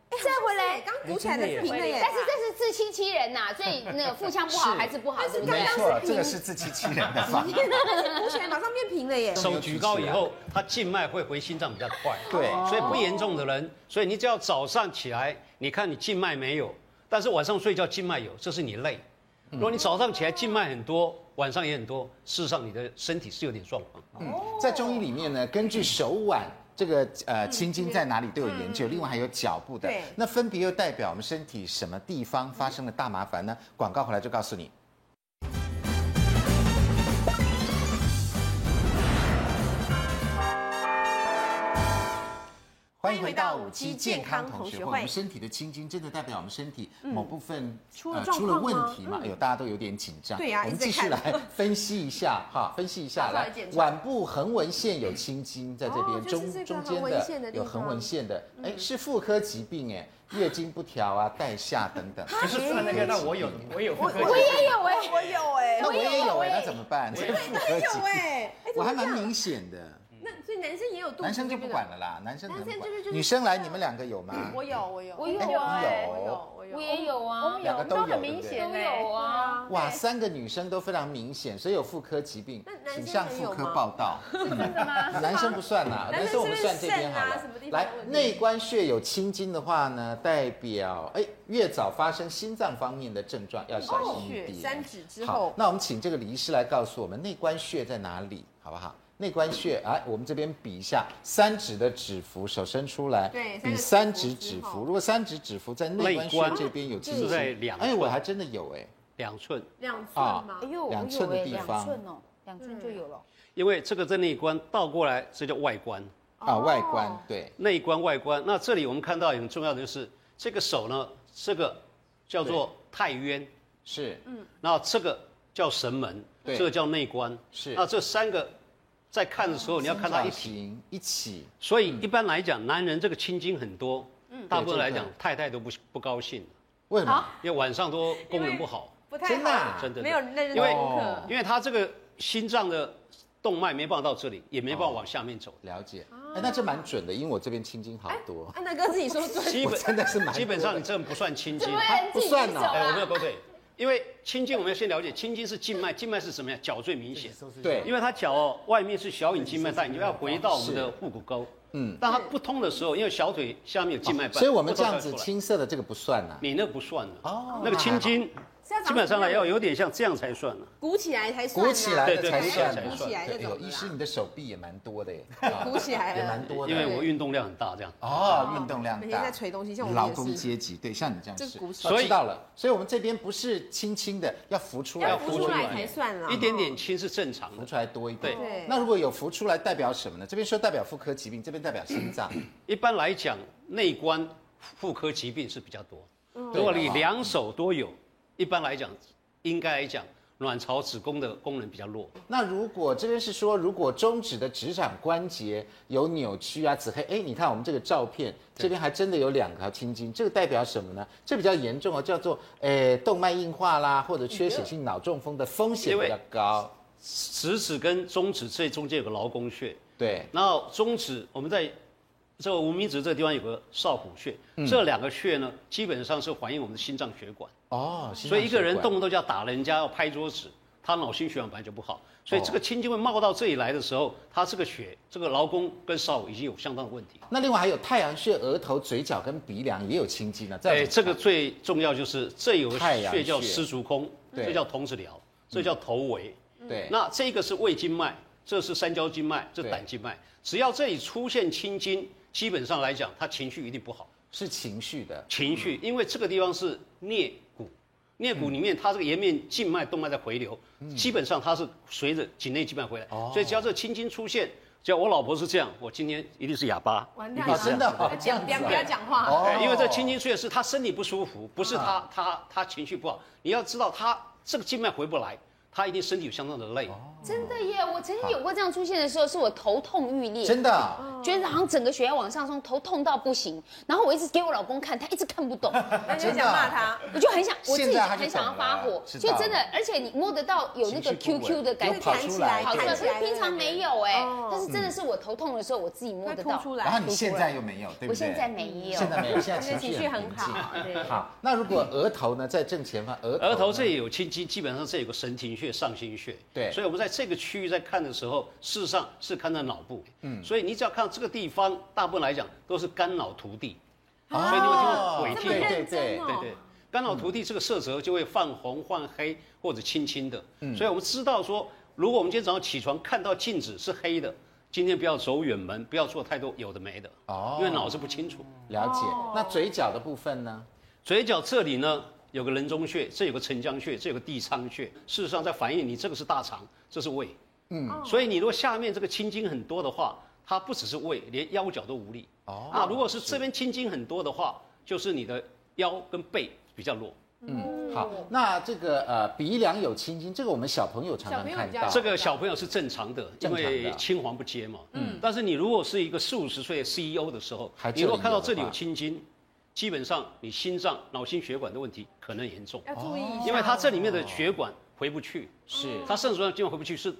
[SPEAKER 5] 再回来。
[SPEAKER 1] 刚鼓起来的是平的耶，
[SPEAKER 5] 但是这是自欺欺人呐，所以那个腹腔不好还是不好，对不对
[SPEAKER 2] 没？错，这个是自欺欺人的
[SPEAKER 1] *laughs*
[SPEAKER 2] 方法。
[SPEAKER 1] 但是鼓起来马上变平了耶。
[SPEAKER 8] 手举高以后，它静脉会回心脏比较快。
[SPEAKER 2] 对
[SPEAKER 8] 所以不严重的人，所以你只要早上起来，你看你静脉没有，但是晚上睡觉静脉有，这是你累。如果你早上起来静脉很多，晚上也很多，事实上你的身体是有点状况。
[SPEAKER 2] 嗯，在中医里面呢，根据手腕。这个
[SPEAKER 1] 嗯
[SPEAKER 2] 呃，青筋在哪里都有研究，另外还有脚部的
[SPEAKER 1] 对，
[SPEAKER 2] 那分别又代表我们身体什么地方发生了大麻烦呢？广告回来就告诉你。欢迎回到五期健康同学会。我们身体的青筋真的代表我们身体某部分
[SPEAKER 1] 嗯
[SPEAKER 2] 呃
[SPEAKER 1] 出了状
[SPEAKER 2] 出了
[SPEAKER 1] 况吗嗯
[SPEAKER 2] 问题嘛？哎呦，大家都有点紧张。
[SPEAKER 1] 对呀
[SPEAKER 2] 我们
[SPEAKER 1] 一直
[SPEAKER 2] 继续
[SPEAKER 1] 在
[SPEAKER 2] 来
[SPEAKER 1] 看
[SPEAKER 2] *laughs* 分析一下哈，分析一下
[SPEAKER 5] 好好
[SPEAKER 2] 来
[SPEAKER 5] 来检。查
[SPEAKER 2] 腕部横纹线有青筋在这
[SPEAKER 1] 哦
[SPEAKER 2] 边，
[SPEAKER 1] 就是这个
[SPEAKER 2] 中中
[SPEAKER 1] 横
[SPEAKER 2] 间
[SPEAKER 1] 纹线的
[SPEAKER 2] 的
[SPEAKER 1] 地
[SPEAKER 2] 有
[SPEAKER 1] 方嗯
[SPEAKER 2] 横纹线的，哎，是妇科疾病哎，月经不调啊，带下等
[SPEAKER 1] *laughs*
[SPEAKER 2] 等。
[SPEAKER 9] 可是算那个，那我有，我有妇科
[SPEAKER 5] 我
[SPEAKER 9] 疾
[SPEAKER 5] 也有哎，
[SPEAKER 1] 我有哎
[SPEAKER 2] 那我也有
[SPEAKER 5] 我也
[SPEAKER 2] 哎
[SPEAKER 5] 有，
[SPEAKER 2] 那怎么办？这妇科疾
[SPEAKER 1] 有
[SPEAKER 2] 病，
[SPEAKER 1] 哎，哎
[SPEAKER 2] 我还蛮明显的。
[SPEAKER 1] 那所以男生也有肚子
[SPEAKER 2] 男生就不
[SPEAKER 1] 这个
[SPEAKER 2] 管了啦，男生可能
[SPEAKER 1] 男生
[SPEAKER 2] 不
[SPEAKER 1] 就是就
[SPEAKER 2] 管。
[SPEAKER 1] 是
[SPEAKER 2] 女生来，你们两个有吗？
[SPEAKER 1] 我有，我有，
[SPEAKER 5] 我有啊
[SPEAKER 1] 哎
[SPEAKER 2] 有
[SPEAKER 1] 我有，我有，
[SPEAKER 5] 我也有
[SPEAKER 10] 我们
[SPEAKER 5] 啊，
[SPEAKER 10] 有，
[SPEAKER 2] 两
[SPEAKER 10] 我
[SPEAKER 2] 个
[SPEAKER 10] 们
[SPEAKER 2] 都
[SPEAKER 10] 都
[SPEAKER 2] 有
[SPEAKER 10] 很
[SPEAKER 5] 都
[SPEAKER 10] 明显嘞
[SPEAKER 5] 有啊。
[SPEAKER 2] 哇，三个女生都非常明显，所以有妇科疾病
[SPEAKER 1] 那，男生
[SPEAKER 2] 请向
[SPEAKER 1] 也
[SPEAKER 2] 妇
[SPEAKER 1] 有
[SPEAKER 2] 科
[SPEAKER 1] 吗
[SPEAKER 2] 报道。
[SPEAKER 10] 真的吗？
[SPEAKER 2] *laughs* 男生不算啦，
[SPEAKER 1] 男
[SPEAKER 2] 男
[SPEAKER 1] 生
[SPEAKER 2] 生
[SPEAKER 1] 是
[SPEAKER 2] 我
[SPEAKER 1] 不
[SPEAKER 2] 们
[SPEAKER 1] 是
[SPEAKER 2] 算这边好
[SPEAKER 1] 肾啊
[SPEAKER 2] 了
[SPEAKER 1] 什么地。方
[SPEAKER 2] 来
[SPEAKER 1] 有问，题
[SPEAKER 2] 内关穴有青筋的话呢，代表哎越早发生心脏方面的症状要小心一
[SPEAKER 1] 哦血
[SPEAKER 2] 点。
[SPEAKER 1] 三指之
[SPEAKER 2] 好
[SPEAKER 1] 后，，
[SPEAKER 2] 那我们请这个李医师来告诉我们内关穴在哪里，好不好？内关穴，哎，我们这边比一下三指的指腹，手伸出来，
[SPEAKER 1] 对
[SPEAKER 2] 比
[SPEAKER 1] 三
[SPEAKER 2] 三
[SPEAKER 1] 指
[SPEAKER 2] 指
[SPEAKER 1] 指
[SPEAKER 2] 指
[SPEAKER 1] 腹
[SPEAKER 2] 腹。如果三指指腹在内关
[SPEAKER 8] 内关
[SPEAKER 2] 穴这边有青
[SPEAKER 8] 是
[SPEAKER 2] 筋，
[SPEAKER 8] 在两
[SPEAKER 2] 哎，
[SPEAKER 8] 寸
[SPEAKER 2] 我还真的有哎，
[SPEAKER 8] 两寸，
[SPEAKER 1] 两寸吗？
[SPEAKER 5] 哎呦，我
[SPEAKER 2] 两寸
[SPEAKER 5] 有
[SPEAKER 2] 的
[SPEAKER 5] 哎，
[SPEAKER 2] 地
[SPEAKER 5] 两
[SPEAKER 2] 方
[SPEAKER 5] 寸哦，两寸就
[SPEAKER 9] 嗯
[SPEAKER 5] 有了。
[SPEAKER 8] 因为这个在内关倒过来，这叫外关。
[SPEAKER 2] 啊，外关，对，
[SPEAKER 8] 内关外关。那这里我们看到很重要的就是这个手呢，这个叫做太渊，
[SPEAKER 2] 是，
[SPEAKER 8] 那这个叫神门，
[SPEAKER 2] 对
[SPEAKER 8] 这个叫内关。
[SPEAKER 2] 是
[SPEAKER 8] 那这三个在看的时候，你要看到一体。
[SPEAKER 2] 起一起，
[SPEAKER 8] 所以一般来讲，男人这个青筋很多，大部分来讲
[SPEAKER 2] 嗯对，
[SPEAKER 8] 太太都不不高兴，
[SPEAKER 2] 为什么？
[SPEAKER 8] 因为晚上都功
[SPEAKER 2] 啊
[SPEAKER 8] 能不好，
[SPEAKER 1] 不太
[SPEAKER 2] 真的
[SPEAKER 1] 好，
[SPEAKER 2] 啊
[SPEAKER 8] 真的
[SPEAKER 1] 没有认真
[SPEAKER 8] 因为
[SPEAKER 1] 做功课。
[SPEAKER 8] 因为他这个心脏的动脉没办法到这里，也没办法往下面走。
[SPEAKER 2] 了解，哎，那这蛮准的，因为我这边青筋好多，
[SPEAKER 1] 安大哥啊自己说准，
[SPEAKER 8] 基
[SPEAKER 2] 哦我真的是蛮
[SPEAKER 8] 基本上你这不算青筋，
[SPEAKER 5] 对，
[SPEAKER 2] 不
[SPEAKER 5] 自己
[SPEAKER 2] 算
[SPEAKER 5] 举手
[SPEAKER 2] 啊
[SPEAKER 8] 哎，我没有
[SPEAKER 5] 啊。
[SPEAKER 8] 勾对，因为青筋我们要先了解，青筋是静脉，静脉是什么呀？脚最明显，因
[SPEAKER 2] 对，
[SPEAKER 8] 为它脚哦外面是小隐静脉带，你要回到我们的腹股沟。
[SPEAKER 2] 嗯，啊
[SPEAKER 8] 当它不通的时候，因为小腿下面有静脉瓣，
[SPEAKER 2] 所以我们这样
[SPEAKER 8] 不
[SPEAKER 2] 子
[SPEAKER 8] 通才出来，
[SPEAKER 2] 青色的这个不算啊呐，
[SPEAKER 8] 你那不算的
[SPEAKER 2] 哦
[SPEAKER 8] 哦，那个青筋
[SPEAKER 1] 现在
[SPEAKER 8] 基本上呢要有点像这样才算了。
[SPEAKER 1] *laughs* 鼓起来才算啊，
[SPEAKER 2] 鼓起来
[SPEAKER 8] 对
[SPEAKER 2] 的
[SPEAKER 8] 对
[SPEAKER 2] 才
[SPEAKER 8] 对
[SPEAKER 2] 算
[SPEAKER 8] 对
[SPEAKER 2] 呐，
[SPEAKER 1] 鼓起来那种的
[SPEAKER 2] 有
[SPEAKER 1] 啦
[SPEAKER 2] 医师，你的手臂也蛮多的耶，啊
[SPEAKER 1] 鼓起来
[SPEAKER 2] 也
[SPEAKER 1] 了
[SPEAKER 2] 蛮。多的，
[SPEAKER 8] 因为我运动量很大，这样。
[SPEAKER 2] 哦，运动量
[SPEAKER 1] 每
[SPEAKER 2] 大，
[SPEAKER 1] 天在捶东西像我们
[SPEAKER 2] 劳
[SPEAKER 1] 也是
[SPEAKER 2] 工阶级，对，像你这样
[SPEAKER 1] 就是
[SPEAKER 2] 是
[SPEAKER 1] 鼓，起
[SPEAKER 8] 来
[SPEAKER 2] 所以知道了，所以我们这边不是轻轻的，要浮出来，
[SPEAKER 1] 要
[SPEAKER 8] 要
[SPEAKER 1] 浮
[SPEAKER 8] 浮
[SPEAKER 1] 出
[SPEAKER 8] 出
[SPEAKER 1] 来
[SPEAKER 8] 来
[SPEAKER 1] 才算
[SPEAKER 2] 啊
[SPEAKER 1] 了，
[SPEAKER 8] 一点点轻是正常
[SPEAKER 2] 浮
[SPEAKER 8] 的，
[SPEAKER 2] 出来多一点。
[SPEAKER 1] 对
[SPEAKER 2] 那如果有浮出来，代表什么呢？这边说代表妇科疾病，这边代表心脏。
[SPEAKER 8] 一般来讲内关妇科疾病是比较多。
[SPEAKER 2] 对
[SPEAKER 8] 如果你
[SPEAKER 2] 好不好
[SPEAKER 8] 两手都有，一般来讲，应该来讲卵巢子宫的功能比较弱。
[SPEAKER 2] 那如果这边是说，如果中指的指掌关节有扭曲啊、紫黑，哎，你看我们这个照片，这边还真的有两条青筋，这个代表什么呢？这比较严重哦，叫做诶动脉硬化啦，或者
[SPEAKER 8] 哎
[SPEAKER 2] 缺血性脑中风的风险比较高。
[SPEAKER 8] 食指跟中指这中间有个劳宫穴，
[SPEAKER 2] 对，
[SPEAKER 8] 然后中指我们在这个无名指这个地方有个少府穴，这两个穴呢基本上是反映我们的心脏血管，
[SPEAKER 2] 哦，心
[SPEAKER 8] 所以
[SPEAKER 2] 脏
[SPEAKER 8] 一个
[SPEAKER 2] 血
[SPEAKER 8] 人
[SPEAKER 2] 管
[SPEAKER 8] 动不动就要打人家要拍桌子，他脑心血管本来就不好，所以这个青筋会冒到这里来的时候，他这个血这个劳宫跟少府已经有相当的问题。
[SPEAKER 2] 那另外还有太阳穴、额头、嘴角跟鼻梁也有青筋呢。
[SPEAKER 8] 哎，
[SPEAKER 2] 哎，
[SPEAKER 8] 这个最重要就是这有个
[SPEAKER 2] 太阳
[SPEAKER 8] 穴叫
[SPEAKER 2] 穴
[SPEAKER 8] 丝竹空，
[SPEAKER 2] 对
[SPEAKER 8] 这叫童子髎，这叫头围。
[SPEAKER 2] 对，
[SPEAKER 8] 嗯那这个是胃经脉，这是三焦经脉，这
[SPEAKER 2] 对
[SPEAKER 8] 胆经脉。只要这里出现青筋，基本上来讲，他情绪一定不好。
[SPEAKER 2] 是情绪的。
[SPEAKER 8] 情绪，
[SPEAKER 2] 嗯
[SPEAKER 8] 因为这个地方是颞骨，颞骨里面它这个颜面静脉动脉在回流，
[SPEAKER 2] 嗯
[SPEAKER 8] 基本上它是随着颈内静脉回来。
[SPEAKER 2] 哦
[SPEAKER 8] 所以只要这个青筋出现，只要我老婆是这样，我今天一定是哑巴。
[SPEAKER 1] 完蛋
[SPEAKER 2] 啊，
[SPEAKER 1] 了，
[SPEAKER 2] 真的哦，这样
[SPEAKER 1] 讲
[SPEAKER 2] 子
[SPEAKER 1] 不要
[SPEAKER 2] 啊
[SPEAKER 1] 不要讲话，
[SPEAKER 2] 哦
[SPEAKER 8] 哎，因为这青筋出现是他身体不舒服，不是他他他情绪不好。你要知道，他这个静脉回不来，他一定身体有相当的累。
[SPEAKER 2] 哦
[SPEAKER 5] 真的耶！我曾经有过这样出现的时候，是我头痛欲裂，
[SPEAKER 2] 真的啊
[SPEAKER 5] 觉得好像整个血压往上冲，头痛到不行。然后我一直给我老公看，他一直看不
[SPEAKER 2] *laughs*
[SPEAKER 5] 懂，
[SPEAKER 1] 那你就
[SPEAKER 2] 啊
[SPEAKER 1] 想骂他
[SPEAKER 5] 我就很想，我自
[SPEAKER 2] 现
[SPEAKER 5] 己
[SPEAKER 2] 在他就
[SPEAKER 5] 很想要
[SPEAKER 2] 懂了
[SPEAKER 5] 发火，
[SPEAKER 2] 知
[SPEAKER 5] 所
[SPEAKER 2] 道
[SPEAKER 5] 以真的，而且你摸得到有那个
[SPEAKER 2] 情绪不稳
[SPEAKER 5] QQ 的感觉，
[SPEAKER 2] 就跑出来嗯
[SPEAKER 5] 跑出来，
[SPEAKER 2] 看
[SPEAKER 5] 可
[SPEAKER 2] 起
[SPEAKER 5] 是
[SPEAKER 2] 来
[SPEAKER 5] 平常没有哎
[SPEAKER 1] 哦，
[SPEAKER 5] 但是真的是我头痛的时候，我自己摸得
[SPEAKER 1] 会
[SPEAKER 5] 到
[SPEAKER 1] 凸出来
[SPEAKER 2] 然后你现在又没有，对不对？
[SPEAKER 5] 我现在没有
[SPEAKER 2] 现在没有，现
[SPEAKER 1] *laughs*
[SPEAKER 2] 在情
[SPEAKER 1] 情
[SPEAKER 2] 绪
[SPEAKER 1] 绪
[SPEAKER 2] 很
[SPEAKER 1] 很
[SPEAKER 2] 平静
[SPEAKER 1] 好，对。
[SPEAKER 2] 好，那如果额头呢，在正前方，额头
[SPEAKER 8] 额头这
[SPEAKER 2] 呢
[SPEAKER 8] 里有青筋，基本上这有个神庭穴、上行穴。
[SPEAKER 2] 对
[SPEAKER 8] 所以我们在这个区域在看的时候，事实上是看到脑部。嗯，所以你只要看到这个地方，大部分来讲都是肝脑涂地。
[SPEAKER 2] 哦
[SPEAKER 8] 所以你有听过
[SPEAKER 1] 这
[SPEAKER 8] 鬼
[SPEAKER 1] 么
[SPEAKER 8] 剃吗？
[SPEAKER 1] 认真哦，
[SPEAKER 8] 对对，干扰涂地这个色泽就会泛红、泛黑或者青青的。所以我们知道说，如果我们今天早上起床看到镜子是黑的，今天不要走远门，不要做太多有的没的，
[SPEAKER 2] 哦
[SPEAKER 8] 因为脑子不清楚。
[SPEAKER 2] 了解。那嘴角的部分呢？
[SPEAKER 8] 嘴角这里呢有个人中穴，这有个承浆穴，这有个地仓穴，事实上在反映你这个是大肠，这是胃。嗯，所以你如果下面这个青筋很多的话，它不只是胃，连腰脚都无力。
[SPEAKER 2] 哦
[SPEAKER 8] 哦，那如果是这边青筋很多的话，就是你的腰跟背比较弱。
[SPEAKER 2] 嗯，好，那这个呃鼻梁有青筋，这个我们小朋友常
[SPEAKER 1] 小
[SPEAKER 2] 常
[SPEAKER 1] 朋友
[SPEAKER 2] 看
[SPEAKER 1] 比较
[SPEAKER 2] 到。
[SPEAKER 8] 这个小朋友是正常的，因
[SPEAKER 2] 啊正常的
[SPEAKER 8] 为青黄不接嘛。嗯。但是你如果是一个四五十岁的 CEO 的时候
[SPEAKER 2] 还，
[SPEAKER 8] 你如果看到
[SPEAKER 2] 这
[SPEAKER 8] 这
[SPEAKER 2] 里
[SPEAKER 8] 里
[SPEAKER 2] 有的话
[SPEAKER 8] 有青筋，基本上你心脏、脑心血管的问题可能严重，
[SPEAKER 1] 要注意一下，
[SPEAKER 8] 因为它这里面的血管回不去，
[SPEAKER 2] 是
[SPEAKER 8] 它肾脏经回不去，是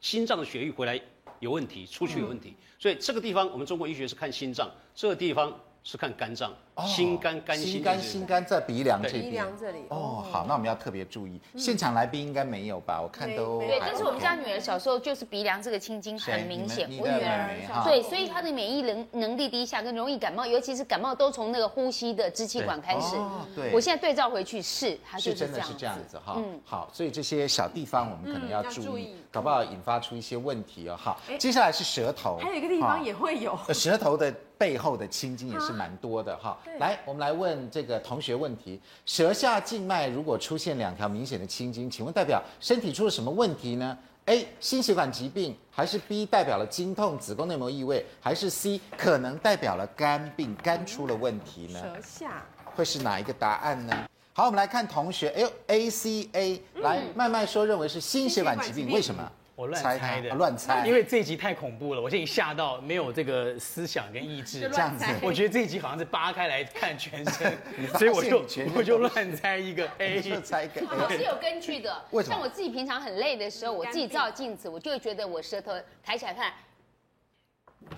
[SPEAKER 8] 心脏的血液回来有问题，出去有问题。
[SPEAKER 2] 嗯
[SPEAKER 8] 所以这个地方我们中国医学是看心脏，这个地方是看肝脏，心肝肝心
[SPEAKER 2] 哦心肝心肝在鼻梁这
[SPEAKER 1] 鼻
[SPEAKER 2] 边。
[SPEAKER 1] 梁这里。
[SPEAKER 2] 哦，好，那我们要特别注意。现场来宾应该没有吧？我看都
[SPEAKER 1] 没没
[SPEAKER 5] 对，
[SPEAKER 2] 还
[SPEAKER 5] 但是我们
[SPEAKER 2] OK
[SPEAKER 5] 家女儿小时候就是鼻梁这个青筋
[SPEAKER 2] 谁
[SPEAKER 5] 很明显
[SPEAKER 2] 你，们
[SPEAKER 5] 我
[SPEAKER 2] 你的
[SPEAKER 5] 女儿。
[SPEAKER 2] 妹妹哈，
[SPEAKER 5] 对，所以她的免疫能能力低下，跟容易感冒，尤其是感冒都从那个呼吸的支气管开始。
[SPEAKER 2] 哦对
[SPEAKER 5] 我现在对照回去是，她就是是
[SPEAKER 2] 真
[SPEAKER 5] 这
[SPEAKER 2] 的
[SPEAKER 5] 样
[SPEAKER 2] 是
[SPEAKER 5] 子。
[SPEAKER 2] 这样子哈。好，所以这些小地方我们可能要
[SPEAKER 1] 要
[SPEAKER 2] 注
[SPEAKER 1] 注
[SPEAKER 2] 意
[SPEAKER 1] 意，
[SPEAKER 2] 搞不好引发出一些问题哦。好，接下来是舌头，
[SPEAKER 1] 还有一个地方
[SPEAKER 2] 哈
[SPEAKER 1] 也会
[SPEAKER 2] *laughs*
[SPEAKER 1] 有，
[SPEAKER 2] 呃舌头的背后的青筋也是蛮多
[SPEAKER 1] *laughs*
[SPEAKER 2] 的哈。来，我们来问这个同学问题：舌下静脉如果出现两条明显的青筋，请问代表身体出了什么问题呢？A. 心血管疾病，还是 B. 代表了经痛、子宫内膜异位，还是 C. 可能代表了肝病，肝出了问题呢？
[SPEAKER 1] 舌下
[SPEAKER 2] 会是哪一个答案呢？好，我们来看同学，哎呦，A C A，来，麦麦说认为是心血管疾
[SPEAKER 1] 嗯心血管疾
[SPEAKER 2] 病，
[SPEAKER 1] 病
[SPEAKER 2] 为什么？
[SPEAKER 4] 我乱
[SPEAKER 2] 猜
[SPEAKER 4] 猜
[SPEAKER 2] 他
[SPEAKER 4] 的，
[SPEAKER 2] 啊乱猜，
[SPEAKER 4] 因为这一集太恐怖了，我现在已经吓到没有这个思想跟意志
[SPEAKER 2] 这。样子，
[SPEAKER 4] 我觉得这一集好像是扒开来看全身
[SPEAKER 2] 发，现
[SPEAKER 4] 所以我就
[SPEAKER 2] *laughs* 你全身
[SPEAKER 4] 我就乱猜
[SPEAKER 2] *laughs*
[SPEAKER 4] 一个哎 A
[SPEAKER 1] *laughs*
[SPEAKER 2] 我。就猜一个
[SPEAKER 5] 我
[SPEAKER 2] A。。
[SPEAKER 5] 是啊有根据的
[SPEAKER 2] 为什么
[SPEAKER 5] 像我自己平常很累的时候，我自己照镜子，我就会觉得我舌头抬起来看，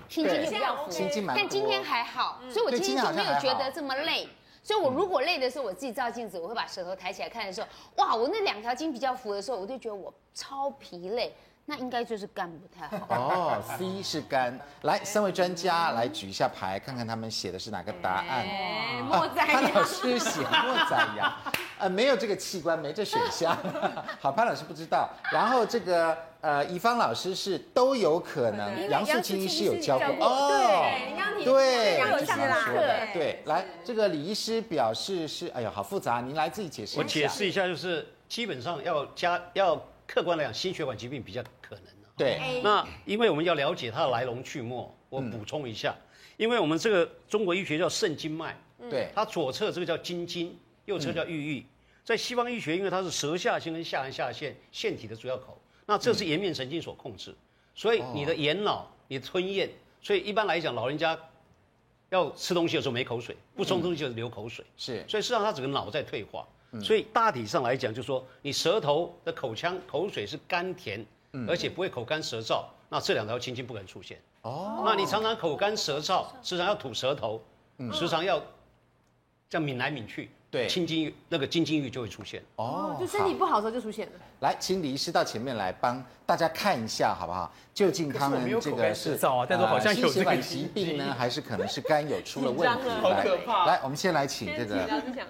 [SPEAKER 5] 青筋就比较浮。
[SPEAKER 2] 青筋蛮多
[SPEAKER 5] 但今天还好，所以我
[SPEAKER 2] 对
[SPEAKER 5] 今
[SPEAKER 2] 今
[SPEAKER 5] 天
[SPEAKER 2] 天
[SPEAKER 5] 就
[SPEAKER 2] 好像
[SPEAKER 5] 没有
[SPEAKER 2] 还
[SPEAKER 5] 觉
[SPEAKER 2] 好
[SPEAKER 5] 得这么累。所以我如果累的时候，我自己照镜子，我会把舌头抬起来看的时候，哇，我那两条筋比较浮的时候，我就觉得我超疲累，那应该就是肝不太好。
[SPEAKER 2] 哦，C *laughs* 是肝。来，三位专家来举一下牌，看看他们写的是哪个答案。
[SPEAKER 1] 哎，
[SPEAKER 2] 啊
[SPEAKER 1] 莫宰
[SPEAKER 2] 潘
[SPEAKER 1] 羊
[SPEAKER 2] 老师写莫宰羊，呃，没有这个器官，没这选 *laughs* 项。好，潘老师不知道。然后这个呃，以芳老师是都有可能，杨素清医师有教过哦。
[SPEAKER 1] 对，你刚刚提
[SPEAKER 2] 对，
[SPEAKER 1] 杨
[SPEAKER 2] 就是
[SPEAKER 1] 医师
[SPEAKER 2] 刚刚
[SPEAKER 1] 啦
[SPEAKER 2] 说的，，对，来，这个李医师表示是，哎呀，好复杂，您来自己解释一下。
[SPEAKER 8] 我解释一下，就是基本上要加要客观来讲，心血管疾病比较可能、啊。
[SPEAKER 2] 对，
[SPEAKER 1] 哎
[SPEAKER 8] 那因为我们要了解它的来龙去脉，我
[SPEAKER 2] 嗯
[SPEAKER 8] 补充一下，因为我们这个中国医学叫肾经脉，
[SPEAKER 2] 对，
[SPEAKER 8] 它左侧这个叫经筋，右侧叫玉液。在西方医学，因为它是舌下腺跟下颌下腺腺体的主要口，那这是颜面神经所控制，所以你的眼脑、你的吞咽，所以一般来讲，老人家要吃东西的时候没口水，不吃东西就是流口水。
[SPEAKER 2] 是
[SPEAKER 8] 所以事实上它整个脑在退化。
[SPEAKER 2] 嗯
[SPEAKER 8] 所以大体上来讲，就是说你舌头的口腔口水是甘甜，
[SPEAKER 2] 嗯
[SPEAKER 8] 而且不会口干舌燥，那这两条青筋不可能出现。
[SPEAKER 2] 哦，
[SPEAKER 8] 那你常常口干舌燥，时常要吐舌头，时常要这样抿来抿去，
[SPEAKER 2] 嗯对
[SPEAKER 8] 青筋欲那个金筋欲就会出现。
[SPEAKER 2] 哦，
[SPEAKER 1] 就身体不好的时候就出现了。
[SPEAKER 2] 来，请李医师到前面来帮大家看一下，好不好？究竟他们这个是呃
[SPEAKER 4] 可是我没有口干舌燥啊但是我好像有
[SPEAKER 2] 心血管
[SPEAKER 4] 这个
[SPEAKER 2] 疾病呢，还是可能是肝有出了问题？
[SPEAKER 1] 紧张
[SPEAKER 4] 了好可怕
[SPEAKER 2] 来，来我们先来请这
[SPEAKER 6] 然
[SPEAKER 2] 个
[SPEAKER 6] 后就想，